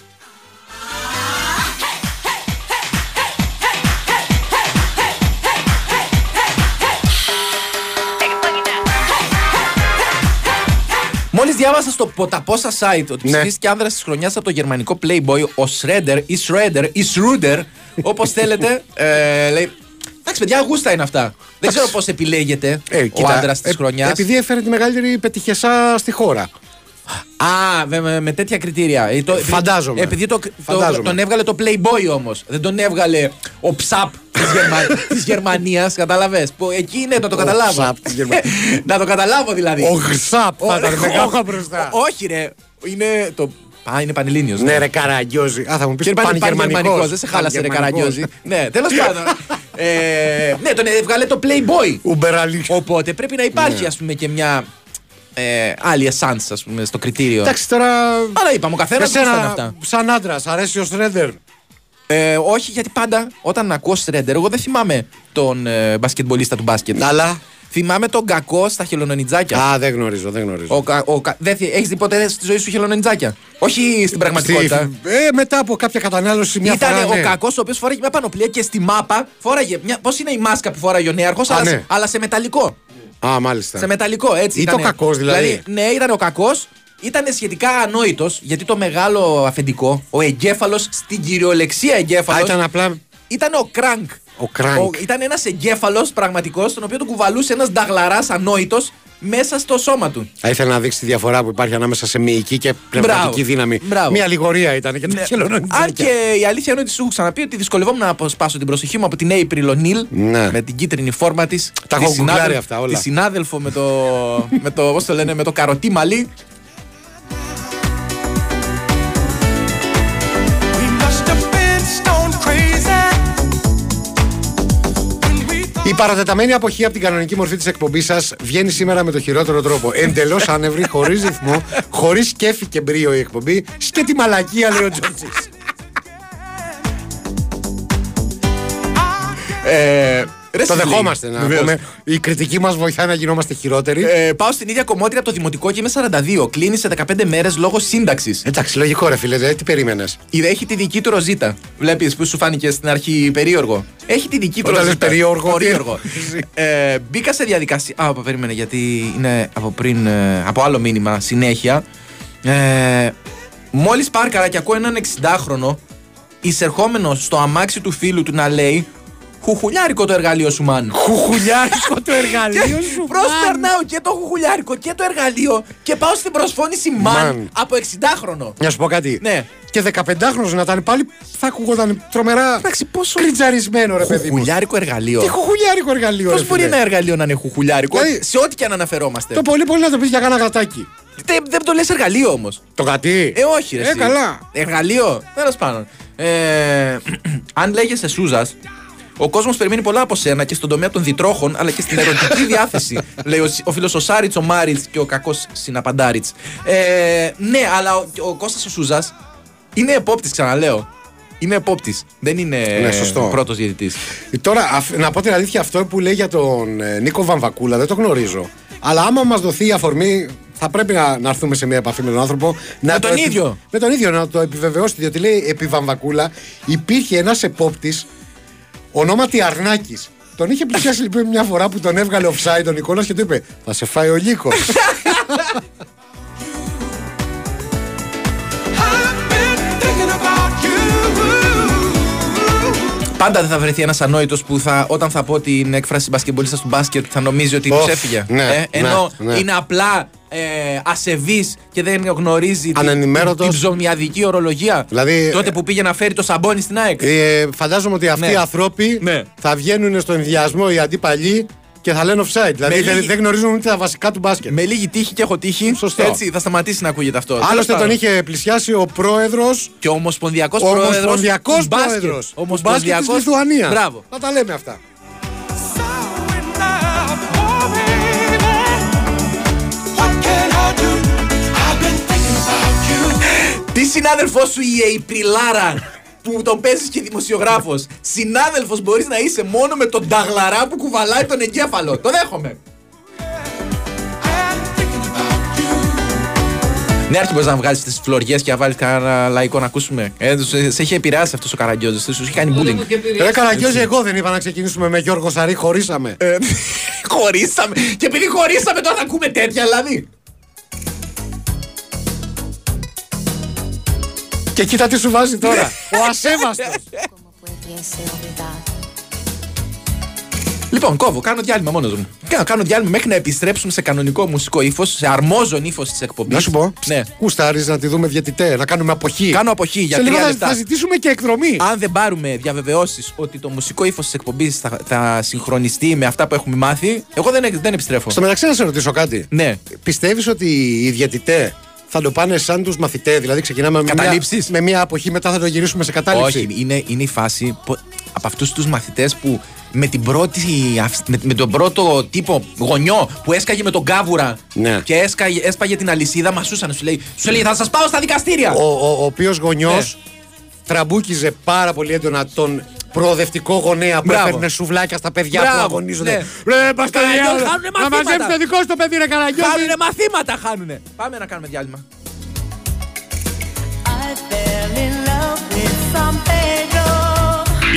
Μόλι διάβασα στο ποταπόσα site ότι Ναι. ψηφίστηκε άνδρας της χρονιάς από το γερμανικό Playboy ο Σρέντερ ή Σρέντερ ή Σρούντερ, όπως θέλετε. Ε, λέει. Εντάξει, παιδιά, γούστα είναι αυτά. Δεν ξέρω πώς επιλέγεται Ε, ο κοίτα, άντρα της ε, χρονιάς. Επειδή έφερε τη μεγαλύτερη πετυχεσά στη χώρα. Α, με, με- με τέτοια κριτήρια. Ε, το- επειδή- Φαντάζομαι. Επειδή το, το- Φαντάζομαι. τον έβγαλε το Playboy όμως. Δεν τον έβγαλε ο ψαπ της Γερμανίας. Καταλαβέ. Εκεί είναι, να το Ο καταλάβω. Ψαπ της Γερμανίας. να το καταλάβω δηλαδή. Ο Γσαπ Ο- θα ήταν ο- μεγάλο μπροστά. ο- Όχι, ρε. Είναι το. Α, είναι πανελλήνιος. Ναι, ρε Καραγκιόζη. Α, θα μου πεις Και πάλι πανηγερμανικό. πανγερμανικό. Δεν σε χάλασε, ρε Καραγκιόζη. ναι, τέλος πάντων. ε, ναι, τον έβγαλε το Playboy. Ουμπεραλίξ. Οπότε πρέπει να υπάρχει, Ναι. ας πούμε, και μια ε, άλλη essence, ας πούμε, στο κριτήριο. Εντάξει τώρα. Αλλά είπαμε, ο καθένας δεν εσένα, ήταν αυτά. Σαν άντρας, αρέσει ο Σρέντερ. Ε, όχι, γιατί πάντα όταν ακούω Σρέντερ, εγώ δεν θυμάμαι τον ε, μπασκετμπολίστα του μπάσκετ. Αλλά. Θυμάμαι τον κακό στα χελονονιτζάκια. Α, δεν γνωρίζω, δεν γνωρίζω. Ο, κα- ο, κα- δεν θυ- έχεις δει ποτέ στη ζωή σου χελονονιτζάκια. Όχι στην πραγματικότητα. Στη- Ε, μετά από κάποια κατανάλωση μια Ήταν φορά. ο ναι. κακός ο οποίος φοράγε μια πανοπλία και στη μάπα φόραγε. Μια... Πώς είναι η μάσκα που φοράγε ο νέαρχος, Α, αλλά, σε- ναι. αλλά σε μεταλλικό. Α, μάλιστα. Σε μεταλλικό, έτσι. Ή το ήτανε. κακός, δηλαδή. Ναι, ήταν ο κακός. Ήταν σχετικά ανόητος, γιατί το μεγάλο αφεντικό, ο εγκέφαλος, στην κυριολεξία Α, εγκέφαλο, ήταν απλά ήταν ο Κρανκ. ο Κράνκ. Ο- Ήταν ένας εγκέφαλος πραγματικός, τον οποίο τον κουβαλούσε ένας νταγλαράς ανόητος μέσα στο σώμα του. Θα ήθελα να δείξει τη διαφορά που υπάρχει ανάμεσα σε μυϊκή και πνευματική Μπράβο. δύναμη. Μπράβο. Μια λιγορία ήταν και τα χελονονιτζάκια. Αν και η αλήθεια είναι ότι σου έχω ξαναπεί ότι δυσκολευόμουν να αποσπάσω την προσοχή μου από την April O'Neil Ναι. με την κίτρινη φόρμα της. Τα έχω γκουγκλάρει αυτά όλα. Τη συνάδελφο με το, με το, πώς το λένε, με το καροτί μαλλί. Η παρατεταμένη αποχή από την κανονική μορφή της εκπομπής σας βγαίνει σήμερα με το χειρότερο τρόπο. Εντελώς άνευρη, χωρίς ρυθμό, χωρίς κέφι και μπρίο η εκπομπή. Σκέτη μαλακία, λέει ο Τζόρτζης. Ε, Ρε, το συλλέγει. δεχόμαστε να Βεβαίως. πούμε. Η κριτική μας βοηθάει να γινόμαστε χειρότεροι. Ε, πάω στην ίδια κομμότρια από το δημοτικό και είμαι 42. Κλείνει σε 15 μέρε λόγω σύνταξης. Εντάξει, λογικό ρε φίλε, δηλαδή, τι περίμενες. Έχει τη δική του ροζίτα. Βλέπεις που σου φάνηκε στην αρχή περίεργο. Έχει τη δική του Όταν λες ροζίτα. περίεργο, τι- Περίεργο. ε, μπήκα σε διαδικασία. Α, περίμενε γιατί είναι από πριν. ε, από άλλο μήνυμα συνέχεια. Ε, Μόλις πάρκαρα και ακούω έναν 60χρονο εισερχόμενος στο αμάξι του φίλου του να λέει Χουχουλιάρικο το εργαλείο σου, μάν. Χουχουλιάρικο το εργαλείο σου. Προσπερνάω και το χουχουλιάρικο και το εργαλείο και πάω στην προσφώνηση Μαν. μαν από 60χρονο. Να σου πω κάτι. Ναι. Και 15χρονο να ήταν πάλι θα ακούγονταν τρομερά. Εντάξει, πόσο. Κριτζαρισμένο ρε παιδί μου. Χουχουλιάρικο εργαλείο. Τι χουχουλιάρικο εργαλείο. Πώς ρε, μπορεί φίλε. ένα εργαλείο να είναι χουχουλιάρικο, Ε, Δηλαδή- σε ό,τι και αν αναφερόμαστε. Το πολύ πολύ να το πεις για κάνα γατάκι. Τε- δεν το λες εργαλείο όμως. Το γατί. Ε, όχι, ρε. Ε, εσύ. καλά. Εργαλείο. Τέλος πάντων. Ε, αν λέγεσαι Σούζας, ο κόσμος περιμένει πολλά από σένα και στον τομέα των διτρόχων αλλά και στην ερωτική διάθεση. Λέει ο, Σι- ο φίλος ο Σάριτ, ο Μάριτ και ο κακός συναπαντάριτ. Ε, ναι, αλλά ο, ο Κώστας ο Σούζας είναι επόπτης, ξαναλέω. Είναι επόπτης. Δεν είναι Ναι, σωστό. πρώτος διαιτητής. Τώρα, αφ- να πω την αλήθεια, αυτό που λέει για τον ε, Νίκο Βαμβακούλα δεν το γνωρίζω. Αλλά άμα μας δοθεί η αφορμή, θα πρέπει να, να έρθουμε σε μια επαφή με τον άνθρωπο. Να Με το τον επι- ίδιο. Με τον ίδιο, να το επιβεβαιώσετε. Διότι λέει επί Βαμβακούλα υπήρχε ένας επόπτης ονόματι Αρνάκης. Τον είχε πλησιάσει λοιπόν μια φορά που τον έβγαλε offside ο Νικόλας και του είπε Θα σε φάει ο Λύκος. Πάντα δεν θα βρεθεί ένας ανόητος που θα, όταν θα πω την έκφραση μπασκεμπολίστας του μπάσκετ θα νομίζει ότι Ωφ, ξέφυγε. Ε, ναι, ναι, ενώ ναι. είναι απλά ε, ασεβής και δεν γνωρίζει την, την, Ανενημέρωτος. την ψωμιαδική ορολογία. Δηλαδή, τότε που πήγε να φέρει το σαμπόνι στην ΑΕΚ. ε, φαντάζομαι ότι αυτοί Ναι. οι άνθρωποι θα βγαίνουν στον ενδιασμό οι αντίπαλοι και θα λένε offside. Δηλαδή Με δεν, λίγη- δεν γνωρίζουν ούτε τα βασικά του μπάσκετ. Με λίγη τύχη και έχω τύχη. Σωστό. Έτσι θα σταματήσει να ακούγεται αυτό. Τέλος Άλλωστε πάντων. τον είχε πλησιάσει ο πρόεδρος. Και ο Ομοσπονδιακός Ο Πρόεδρος. Ομοσπονδιακός Πρόεδρος του μπάσκετ της Λιθουανίας. Μπράβο. Να τα λέμε αυτά. Τι συνάδελφός σου η Εϊπριλάρα που τον παίζεις και δημοσιογράφος. Συνάδελφος μπορείς να είσαι μόνο με τον ταγλαρά που κουβαλάει τον εγκέφαλο. Το δέχομαι. Ναι, άρχι μπορείς να βγάλει τις φλωριές και να βάλεις κανένα λαϊκό να ακούσουμε. Ε, σε, σε είχε επηρεάσει αυτός ο Καραγκιόζης, σου είχε κάνει bullying. Ρε Καραγκιόζη, εγώ δεν είπα να ξεκινήσουμε με Γιώργο Σαρή, χωρίσαμε. Ε, Χωρίσαμε. Και επειδή χωρίσαμε, τώρα θα ακούμε τέτοια, δηλαδή. Και κοίτα τι σου βάζει τώρα. Ο ασέβαστος. Λοιπόν, κόβω, κάνω διάλειμμα μόνος μου. Κάνω, κάνω διάλειμμα μέχρι να επιστρέψουμε σε κανονικό μουσικό ύφος, σε αρμόζον ύφος της εκπομπής. Να σου πω. Ναι. Κουστάρι να τη δούμε διαιτητέ, να κάνουμε αποχή. Κάνω αποχή για Σε λίγο τρία θα, λεπτά. θα ζητήσουμε και εκδρομή. Αν δεν πάρουμε διαβεβαιώσεις ότι το μουσικό ύφος της εκπομπής θα, θα συγχρονιστεί με αυτά που έχουμε μάθει, εγώ δεν, δεν επιστρέφω. Στο μεταξύ να σε ρωτήσω κάτι. Ναι. Πιστεύεις ότι οι διαιτητέ θα το πάνε σαν τους μαθητές, δηλαδή ξεκινάμε με μια, Καταλήψεις. με μια αποχή, μετά θα το γυρίσουμε σε κατάληψη. Όχι, είναι, είναι η φάση που- από αυτούς τους μαθητές που με, την πρώτη, αυσ- με, με τον πρώτο τύπο γονιό που έσκαγε με τον κάβουρα Ναι. και έσκαγε, έσπαγε την αλυσίδα, μασούσαν. Σου λέει, σου λέει θα σας πάω στα δικαστήρια. ο, ο, ο οποίος γονιός Ναι. τραμπούκιζε πάρα πολύ έντονα τον προοδευτικό γονέα που Μπράβο. έπαιρνε σουβλάκια στα παιδιά που Μπράβο, αγωνίζονται. ναι. Ρε, μπας στο Καραγιώτη, διάλογο. χάνουνε Να μαθήματα. μαζέψει το δικό σου το παιδί, ρε Καραγκιόζη. Κάνουνε μαθήματα, χάνουνε. Πάμε να κάνουμε διάλειμμα.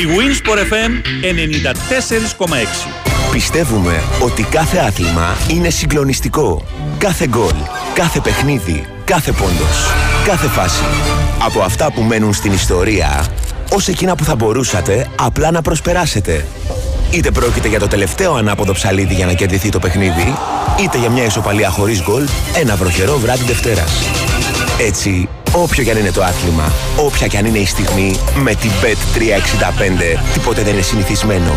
Η Winsport FM 94,6. Πιστεύουμε ότι κάθε άθλημα είναι συγκλονιστικό. Κάθε γκολ, κάθε παιχνίδι, κάθε πόντος, κάθε φάση. Από αυτά που μένουν στην ιστορία, ως εκείνα που θα μπορούσατε απλά να προσπεράσετε. Είτε πρόκειται για το τελευταίο ανάποδο ψαλίδι για να κερδιθεί το παιχνίδι, είτε για μια ισοπαλία χωρίς γκολ ένα βροχερό βράδυ Δευτέρας. Έτσι, όποιο κι αν είναι το άθλημα, όποια κι αν είναι η στιγμή, με την Bet365 τίποτε δεν είναι συνηθισμένο.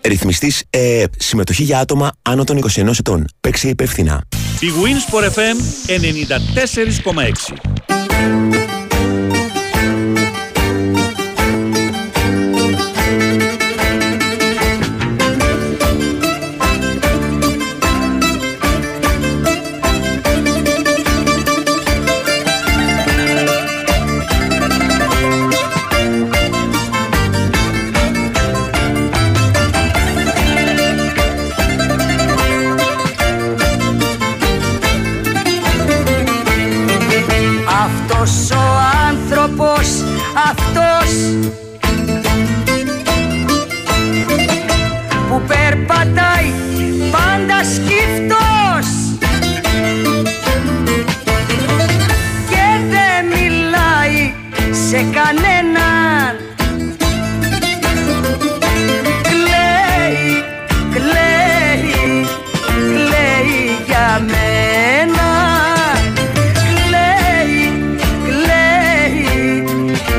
Ρυθμιστής ΕΕΠ. Συμμετοχή για άτομα άνω των 21 ετών. Παίξε υπεύθυνα. Η Winsport FM 94,6. αυτός ο άνθρωπος, αυτός που περπατάει πάντα σκύφτος και δεν μιλάει σε κανέναν Κλαίει, κλαίει, κλαίει για μένα Κλαίει, κλαίει,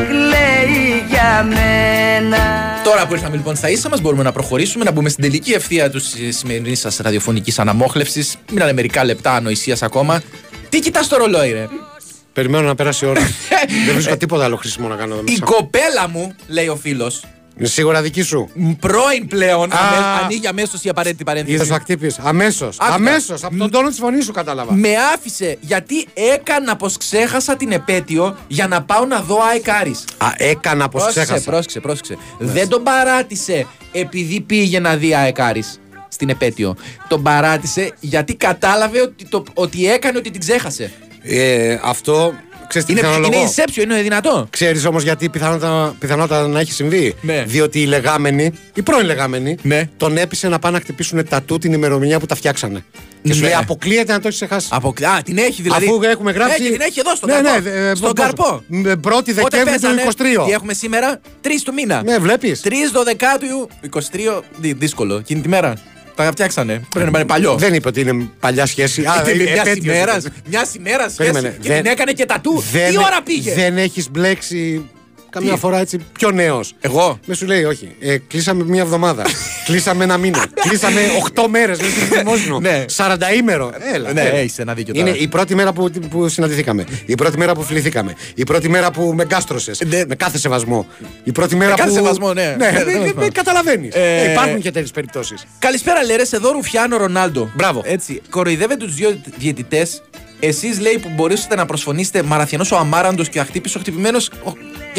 κλαίει για μένα Τώρα που ήρθαμε λοιπόν στα ίσα μα, μπορούμε να προχωρήσουμε, να μπούμε στην τελική ευθεία του σημερινής σας ραδιοφωνικής αναμόχλευσης. Μείνανε μερικά λεπτά ανοησίας ακόμα. Τι κοιτάς το ρολόι, ρε. Περιμένω να περάσει η ώρα. Δεν βρίσκω τίποτα άλλο χρήσιμο να κάνω εδώ Η μέσα. κοπέλα μου, λέει ο φίλος, Είναι Σίγουρα δική σου. Ναι. πρώην πλέον, Α. αμέ- ανοίγει αμέσως η απαραίτητη παρένθεση. Είδε να χτύπησε. Αμέσως. Άκουτα. Ναι. Αμέσως. Από τον τόνο της φωνής σου κατάλαβα. Με άφησε γιατί έκανα πως ξέχασα την επέτειο για να πάω να δω Αεκάρη. Α, έκανα πως Πρόσεξε, ξέχασα. πρόσεξε, πρόσεξε. Δεν τον παράτησε επειδή πήγε να δει Αεκάρη στην επέτειο. Τον παράτησε γιατί κατάλαβε ότι, το, ότι έκανε ότι την ξέχασε. Ε, αυτό ξέρεις τι Είναι, πιθανό είναι inception, είναι δυνατό. Ξέρεις όμως γιατί πιθανότατα, πιθανότατα να έχει συμβεί. Ναι. Διότι οι λεγάμενοι, οι πρώην λεγάμενοι, τον έπεισε να πάνε να χτυπήσουν τα του την ημερομηνία που τα φτιάξανε. Και σου Ναι. λέει αποκλείεται να το έχεις ξεχάσει. Αποκλ... Α, την έχει δηλαδή. Αφού έχουμε γράψει. Έχει, την έχει εδώ στον ναι, καρπό. Ναι, ε, στον πώς- καρπό. ε, Πρώτη Πότε Δεκέμβρη του πέθανε, 23. Τι έχουμε σήμερα, 3 του μήνα. Ναι, βλέπεις. 3 Δεκάτου 23, δι- δύσκολο. Εκείνη τη μέρα. Τα φτιάξανε. Πρέπει να πάνε παλιό. Ε, Δεν είπε ότι είναι παλιά σχέση. Α, Ήταν ε, μια επέτειος. ημέρα. Μια ημέρα Περίμενε, σχέση. Και δεν- την έκανε και τα του. Δεν- ε, Τι ώρα πήγε. Δεν έχεις μπλέξει καμιά Τι? φορά έτσι πιο νέος. Εγώ. Με σου λέει, όχι. Ε, κλείσαμε μία εβδομάδα. κλείσαμε ένα μήνα. κλείσαμε 8 μέρες. Λέει στο δημόσιο. Ναι. 40 ημέρο. Έλα. Ναι, έλα. έχεις ένα δίκιο Είναι τώρα. η πρώτη μέρα που, που συναντηθήκαμε. Η πρώτη μέρα που φιληθήκαμε. Η πρώτη μέρα που με γκάστρωσες. Με κάθε σεβασμό. Η πρώτη μέρα Ναι. Με κάθε που. σεβασμό, ναι. ναι, Ναι, τέλος πάντων. Καταλαβαίνεις. Ε, υπάρχουν και τέτοιες περιπτώσεις. Καλησπέρα, Λέρες, εδώ Ρουφιάνο Ρονάλντο. Μπράβο. Έτσι. Κοροϊδεύετε τους δύο διαιτητές. Εσείς λέει που μπορούσατε να προσφωνήσετε Μαραθιανός ο Αμάραντος και ο Αχτύπης ο χτυπημένος. Ο,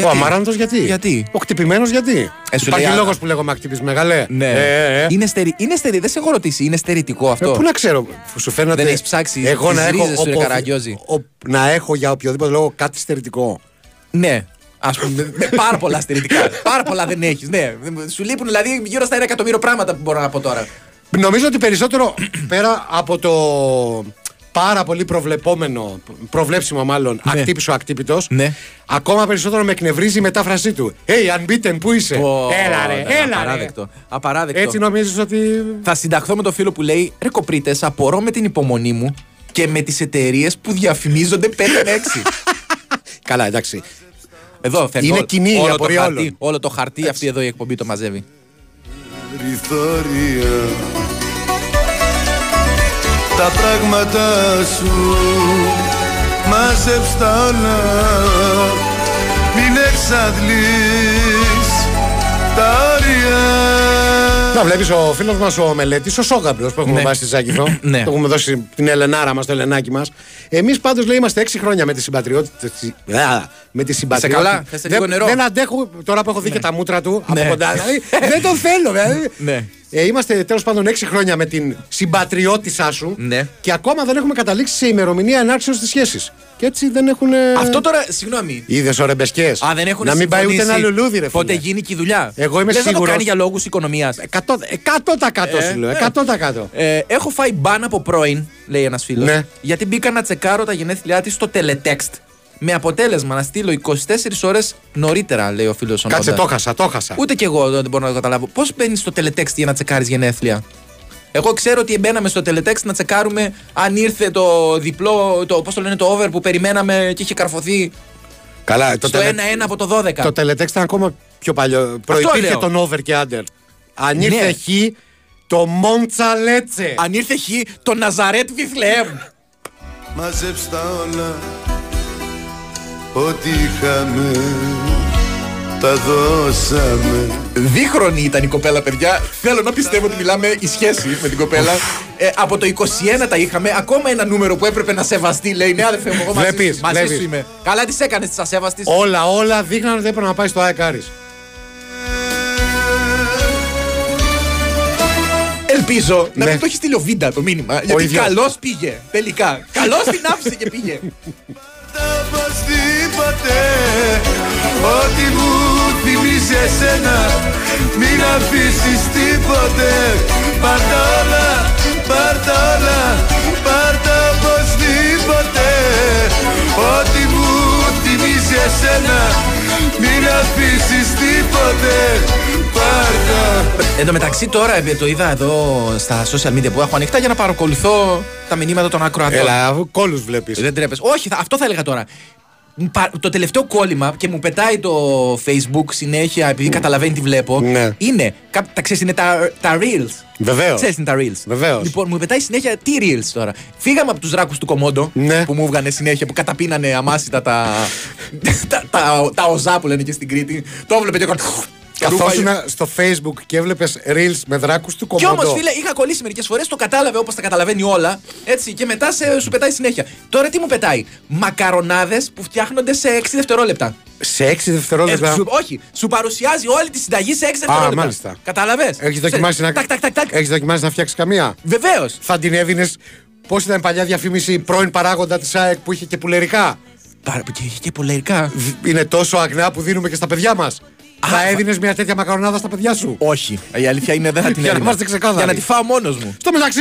Ο αμάραντος γιατί. Γιατί. Ο χτυπημένο γιατί. Ε, σου Υπάρχει λέει, λόγο α- που λέγομαι ακτύπη μεγαλέ. Ναι. Ε, ε, ε. Είναι, στερι... είναι στερι... Δεν σε έχω ρωτήσει, είναι στερητικό Ε, αυτό. πού να ξέρω, σου φαίνεται. Δεν έχεις ψάξει εγώ τις να έχω, ρίζες του, ρε οπο- Καραγκιόζη. ο- να έχω για οποιοδήποτε λόγο κάτι στερητικό. Ναι. Ας πούμε, με πάρα πολλά στερητικά. πάρα πολλά δεν έχεις. Ναι. Σου λείπουν δηλαδή γύρω στα ένα εκατομμύριο πράγματα που μπορώ να πω τώρα. Νομίζω ότι περισσότερο πέρα από το πάρα πολύ προβλεπόμενο, προβλέψιμο μάλλον, ναι. ακτύπης ο ακτύπητος, Ναι. ακόμα περισσότερο με εκνευρίζει η μετάφρασή του. Hey, unbeaten, πού είσαι. Πω, Ε, έλα ρε, ναι, έλα ρε. απαράδεκτο. απαράδεκτο. Έτσι νομίζεις ότι... Θα συνταχθώ με το φίλο που λέει Ρε κοπρίτες, απορώ με την υπομονή μου και με τις εταιρείες που διαφημίζονται 5 με 6. Καλά, εντάξει. Εδώ φεύγει. Είναι όλο- κοινή η όλο το απορία χαρτί, όλων. όλο το χαρτί αυτή εδώ η εκπομπή το μαζεύει. Ρηθόρια Τα πράγματα σου Μάζεψ' τα όλα Μην εξαντλείς Τα όρια Να βλέπεις ο φίλος μας ο Μελέτης, ο Σόγαμπλο που έχουμε Ναι. βάσει στη Ζάκηθο. Ναι. Το έχουμε δώσει την Ελενάρα μας, το Ελενάκι μας. Εμείς πάντως λέει είμαστε 6 χρόνια με τη συμπατριότητα. Με τη συμπατριώτη. καλά, θες λίγο δεν, νερό. δεν αντέχω τώρα που έχω δει και τα μούτρα του Ναι. από κοντά. Δηλαδή, δεν τον θέλω, δηλαδή. Ναι. Ε, είμαστε τέλος πάντων 6 χρόνια με την συμπατριώτησά σου Ναι. και ακόμα δεν έχουμε καταλήξει σε ημερομηνία ενάρξεως της σχέσης. Και έτσι δεν έχουν. Αυτό τώρα, συγγνώμη. Είδες ωρεμπεσκέ. Α, δεν έχουν Να μην πάει ούτε ένα συμφωνήσει λουλούδι, ρε Πότε φίλε. γίνει και η δουλειά. Εγώ είμαι Λες να το σίγουρος. κάνει για λόγους οικονομίας. 100% Ε, σου λέω. ε. 100%. Ε, έχω φάει μπαν από πρώην, λέει ένας φίλος. Ναι. Γιατί μπήκα να τσεκάρω τα γενέθλιά της στο teletext. Με αποτέλεσμα να στείλω 24 ώρες νωρίτερα, λέει ο φίλος ο Κάτσε, Νόντας. το χάσα, το χάσα. Ούτε κι εγώ δεν μπορώ να το καταλάβω. Πώς μπαίνεις στο teletext για να τσεκάρεις γενέθλια. Εγώ ξέρω ότι μπαίναμε στο teletext να τσεκάρουμε αν ήρθε το διπλό, το, πώς το λένε, το over που περιμέναμε και είχε καρφωθεί Καλά, το στο τελε- 1-1 από το 12. Το Teletext ήταν ακόμα πιο παλιό. Προϋπήρχε λέω. τον over και under. Αν Ναι. ήρθε χ, το Μοντσαλέτσε. Αν ήρθε χ, το Ναζαρέτ Βιθλεέμ. Μαζέψ' τα όλα Ό,τι είχαμε Τα δώσαμε Δίχρονη ήταν η κοπέλα, παιδιά. Θέλω να πιστεύω ότι μιλάμε η σχέση με την κοπέλα. Ε, από το 21 τα είχαμε. Ακόμα ένα νούμερο που έπρεπε να σεβαστεί, λέει. Ναι, αδερφέ μου, εγώ μαζί, Βλέπεις, σου- μαζί βλέπεις. σου είμαι. Καλά τις έκανες τις ασέβαστη. Όλα, όλα δείχναν ότι έπρεπε να πάει στο ΑΕΚ Άρης. Ελπίζω να Ναι. μην το έχει στείλει ο Βίντα το μήνυμα. γιατί ίδιος. καλώς πήγε. Τελικά. Καλώς την άφησε και πήγε. Τα βαστή ποτέ Ό,τι μου θυμίζει εσένα Μην αφήσεις τίποτε Πάρ' τα όλα, πάρ' τα όλα Πάρ' τα οπωσδήποτε Ό,τι μου θυμίζει εσένα Μην αφήσεις τίποτε Πάρ' τα Εν τω μεταξύ τώρα ε, το είδα εδώ στα social media που έχω ανοιχτά για να παρακολουθώ τα μηνύματα των ακροατών. Έλα, κόλου βλέπεις. Δεν τρέπεσαι. Όχι, θα- αυτό θα έλεγα τώρα. Πα- Το τελευταίο κόλλημα και μου πετάει το Facebook συνέχεια επειδή καταλαβαίνει τι βλέπω. Είναι, κά- τα ξέρεις, είναι τα, τα Reels. Βεβαίως. Ξέρεις, είναι τα Reels. Βεβαίως. Λοιπόν, μου πετάει συνέχεια τι Reels τώρα. Φύγαμε από τους ράκου του Κομόντο που μου βγανε συνέχεια, που καταπίνανε αμάσιτα τα, τα, τα, τα οζά που λένε και στην Κρήτη. Το βλέπετε και έκανε Καθόσουν στο Facebook και έβλεπες reels με δράκους του Κι κομμάτου. όμω, φίλε, είχα κολλήσει μερικές φορές, το κατάλαβε όπως τα καταλαβαίνει όλα. Έτσι, και μετά σε, σου πετάει συνέχεια. Τώρα τι μου πετάει. Μακαρονάδες που φτιάχνονται σε 6 δευτερόλεπτα. Σε 6 Ε, δευτερόλεπτα. σου, όχι, σου παρουσιάζει όλη τη συνταγή σε 6 δευτερόλεπτα. μάλιστα. Κατάλαβες. Έχεις δοκιμάσει να. Ε. Έχεις δοκιμάσει να φτιάξεις καμία. Βεβαίως. Θα την έδινε. Πώς ήταν η παλιά διαφήμιση πρώην παράγοντα της ΑΕΚ που είχε και πουλερικά. Και είχε και πουλερικά. Είναι τόσο αγνά που δίνουμε και στα παιδιά μας. Θα έδινες μια τέτοια μακαρονάδα στα παιδιά σου. Όχι. Η αλήθεια είναι δεν θα την Για να έδινα. είμαστε ξεκάθαροι. Για να τη φάω μόνος μου. Στο μεταξύ,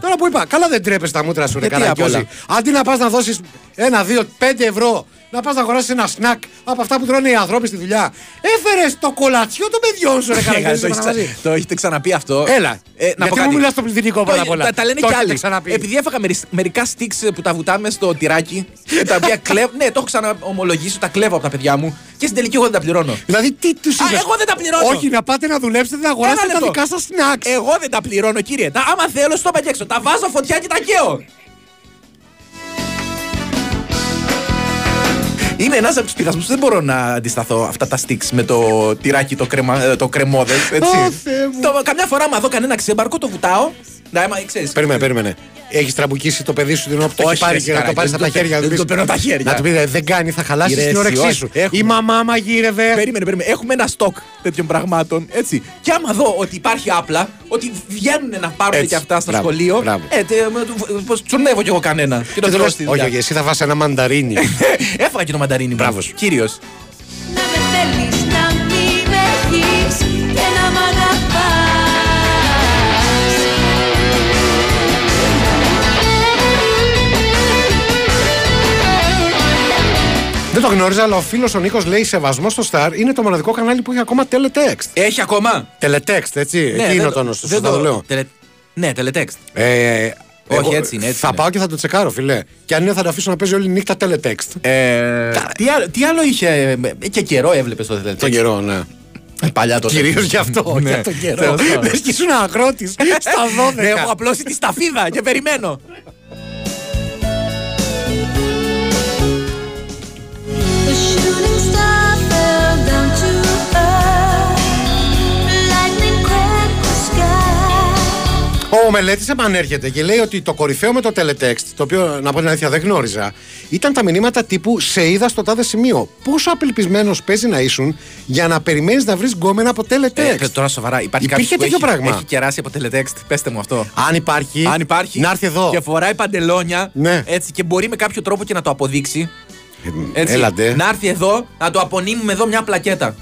τώρα που είπα, καλά δεν τρέπεσαι τα μούτρα σου, ρε Ναι. Γιατί απ' καραγκιόζη. όλα. Αντί να πας να δώσεις ένα, δύο, πέντε ευρώ, να πας να αγοράσεις ένα σνακ από αυτά που τρώνε οι άνθρωποι στη δουλειά. Έφερες το κολατσιό των παιδιών σου, ρε Καλά, το, καραγκιόζη. έχεις ξα- το έχετε ξαναπεί αυτό. Έλα. Ναι, Ε, να Γιατί πω μου κάτι. μιλάς στο πληθυντικό Το- πρώτα απ' όλα. Τα, τα λένε Το και έχετε άλλοι. ξαναπεί. Επειδή έφαγα μερι- μερικά στίξ που τα βουτάμε στο τυράκι, και τα οποία κλέβω. Ναι, το έχω ξαναομολογήσει, τα κλέβω από τα παιδιά μου και στην τελική εγώ δεν τα πληρώνω. Δηλαδή, τι τους Α, είπες? εγώ δεν τα πληρώνω. Όχι, να πάτε να δουλέψετε, να Ένα αγοράσετε τα λεπτό. Ε, δικά σας σνακ. Εγώ δεν τα πληρώνω, κύριε. Τα, άμα θέλω, στο είπα και έξω. Τα βάζω φωτιά και τα καίω. Είναι ένας από τους πειρασμού που δεν μπορώ να αντισταθώ αυτά τα sticks με το τυράκι, το, κρεμα, ε, το κρεμόδες. Ω, Έτσι. Θεέ μου. το, καμιά φορά, άμα δω κανένα ξέμπαρκο, το βουτάω. Να, άμα, ξέρεις, Περίμενε, περίμενε. Έχεις τραμπουκίσει το παιδί σου την ώρα που το Όχι, έχει πάρει ρε, και να το Σικαράκη, πάρεις δεν από τα το- χέρια δεν του. το παίρνω τα χέρια. Να του πει «Ε, δεν κάνει, θα χαλάσει Ρε, την εσύ, όρεξή όχι. σου. Έχουμε. Η μαμά μαγείρευε. Ε, Περίμενε, περίμενε. Έχουμε ένα στόκ τέτοιων πραγμάτων. Έτσι. Και άμα δω ότι υπάρχει απλά, ότι βγαίνουν να πάρουν Έτσι, και αυτά στο μπράβο, σχολείο. μπράβο. Ε, τε- με το- πως τσουρνεύω κι εγώ κανένα. Και το Και το τρως λες, στη Όχι, δουλειά. Ε, όχι, εσύ θα φας ένα μανταρίνι. Έφαγα και το μανταρίνι. Μπράβο. Κύριο. θέλεις να μην έχεις και να μ' αγαπάς Δεν το γνώριζα, αλλά ο φίλος ο Νίκος λέει: Σεβασμός στο Star είναι το μοναδικό κανάλι που έχει ακόμα teletext. Έχει ακόμα. Teletext, έτσι. Ναι, Εκεί δεν είναι ο το- τόνος του. δεν Σωστά το- το λέω. τελε- Ναι, τελετέξτ. Ε, Όχι, εγώ έτσι είναι, έτσι θα είναι. πάω και θα το τσεκάρω, φιλέ. Και αν είναι, θα το αφήσω να παίζει όλη νύχτα Ε, teletext. Ε, Τα- Τι άλλο, τι άλλο είχε. ε, ε, Και καιρό έβλεπες το τελετέξτ. Τον καιρό, ναι. Παλιά τότε. Κυρίως γι' αυτό. Για τον καιρό. Τέλος πάντων. Λε και ήσουν αγρότης στα 12. Ναι, Έχω απλώσει τη σταφίδα και περιμένω. The shooting star fell down to earth Lightning cracked the sky Ο μελέτης επανέρχεται και λέει ότι το κορυφαίο με το teletext, το οποίο να πω την αλήθεια δεν γνώριζα, ήταν τα μηνύματα τύπου Σε είδα στο τάδε σημείο. Πόσο απελπισμένος παίζει να ήσουν για να περιμένεις να βρεις γκόμενα από teletext. Ε, τώρα σοβαρά, υπάρχει κάποιο Υπήρχε που τέτοιο έχει, πράγμα. έχει κεράσει από τελετέξτ. Πετε μου αυτό. Αν υπάρχει. Αν υπάρχει. Να έρθει εδώ. Και φοράει παντελόνια. Ναι. Ε, Έτσι, και μπορεί με κάποιο τρόπο και να το αποδείξει. Έτσι, έλατε. Να έρθει εδώ, να το απονείμουμε εδώ μια πλακέτα.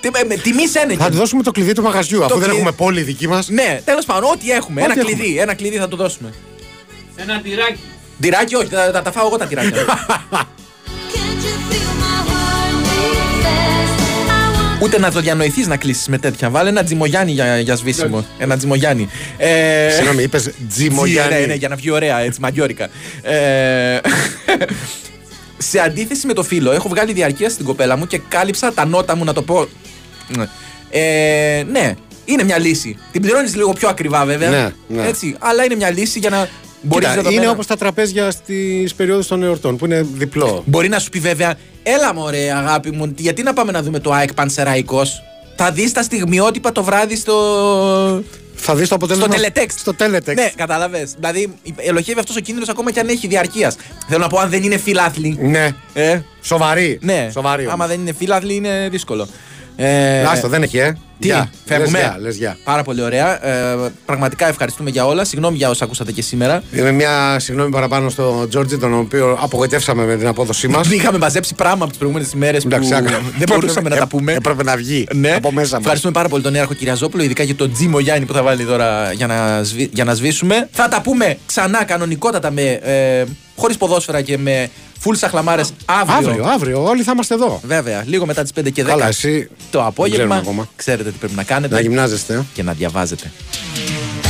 Τι, ε, με, με, τιμή σένεκε. Θα του δώσουμε το κλειδί του μαγαζιού, αφού δεν κλειδί. έχουμε πόλη δική μας. Ναι, τέλος πάντων, ό,τι έχουμε. Ό,τι ένα έχουμε. κλειδί, ένα κλειδί θα του δώσουμε. Ένα τυράκι. Τυράκι, όχι, θα, θα τα φάω εγώ τα τυράκια. Ούτε να το διανοηθεί να κλείσεις με τέτοια. Βάλε ένα τζιμογιάννη για, για Ναι. σβήσιμο. Ένα τζιμογιάννη. Ε, Συγγνώμη, είπες Τζι, ναι, Τζιμογιάννη. ναι, για να βγει ωραία, έτσι, μαγιόρικα. Ε, σε αντίθεση με το φίλο, έχω βγάλει διαρκεία στην κοπέλα μου και κάλυψα τα νότα μου να το πω. Ναι. Ε, ναι, είναι μια λύση. Την πληρώνεις λίγο πιο ακριβά, βέβαια. Ναι, ναι. Έτσι, αλλά είναι μια λύση για να μπορεί Κοίτα, είναι όπως τα τραπέζια στις περιόδους των εορτών που είναι διπλό. Μπορεί να σου πει βέβαια, έλα μου ωραία αγάπη μου, γιατί να πάμε να δούμε το ΑΕΚ Πανσεραϊκός. Θα δεις τα στιγμιότυπα το βράδυ στο. Θα δεις το αποτέλεσμα. Στο teletext. Στο teletext. Ναι, κατάλαβες. Δηλαδή, ελοχεύει αυτός ο κίνδυνος ακόμα και αν έχει διαρκείας. Θέλω να πω, αν δεν είναι φιλάθλοι. Ναι. Ε, Σοβαρή. ναι. Σοβαρή. Άμα δεν είναι φιλάθλοι, είναι δύσκολο. Ε, Άστο, δεν έχει, ε. Τι, Γεια. φεύγουμε. Λες γεια, λες γεια. Πάρα πολύ ωραία. Ε, πραγματικά ευχαριστούμε για όλα. Συγγνώμη για όσα ακούσατε και σήμερα. Είμαι μια συγγνώμη παραπάνω στον Τζόρτζι, τον οποίο απογοητεύσαμε με την απόδοσή μας. Είχαμε μαζέψει πράγμα από τις προηγούμενες ημέρες που Εντάξει, Ε, άκου. δεν μπορούσαμε να τα πούμε. Έπρεπε να βγει Ναι. από μέσα μας. Ευχαριστούμε πάρα πολύ τον Νέαρχο Κυριαζόπουλο, ειδικά για τον Τζίμο Γιάννη που θα βάλει τώρα για να, σβη- για να σβήσουμε. Θα τα πούμε ξανά κανονικότατα με ε, χωρίς ποδόσφαιρα και με full σαχλαμάρες αύριο. Αύριο, αύριο, όλοι θα είμαστε εδώ. Βέβαια, λίγο μετά τις 5 και 10 Καλά, εσύ το απόγευμα. ξέρουμε ακόμα. Ξέρετε τι πρέπει να κάνετε. Να γυμνάζεστε. Και να διαβάζετε.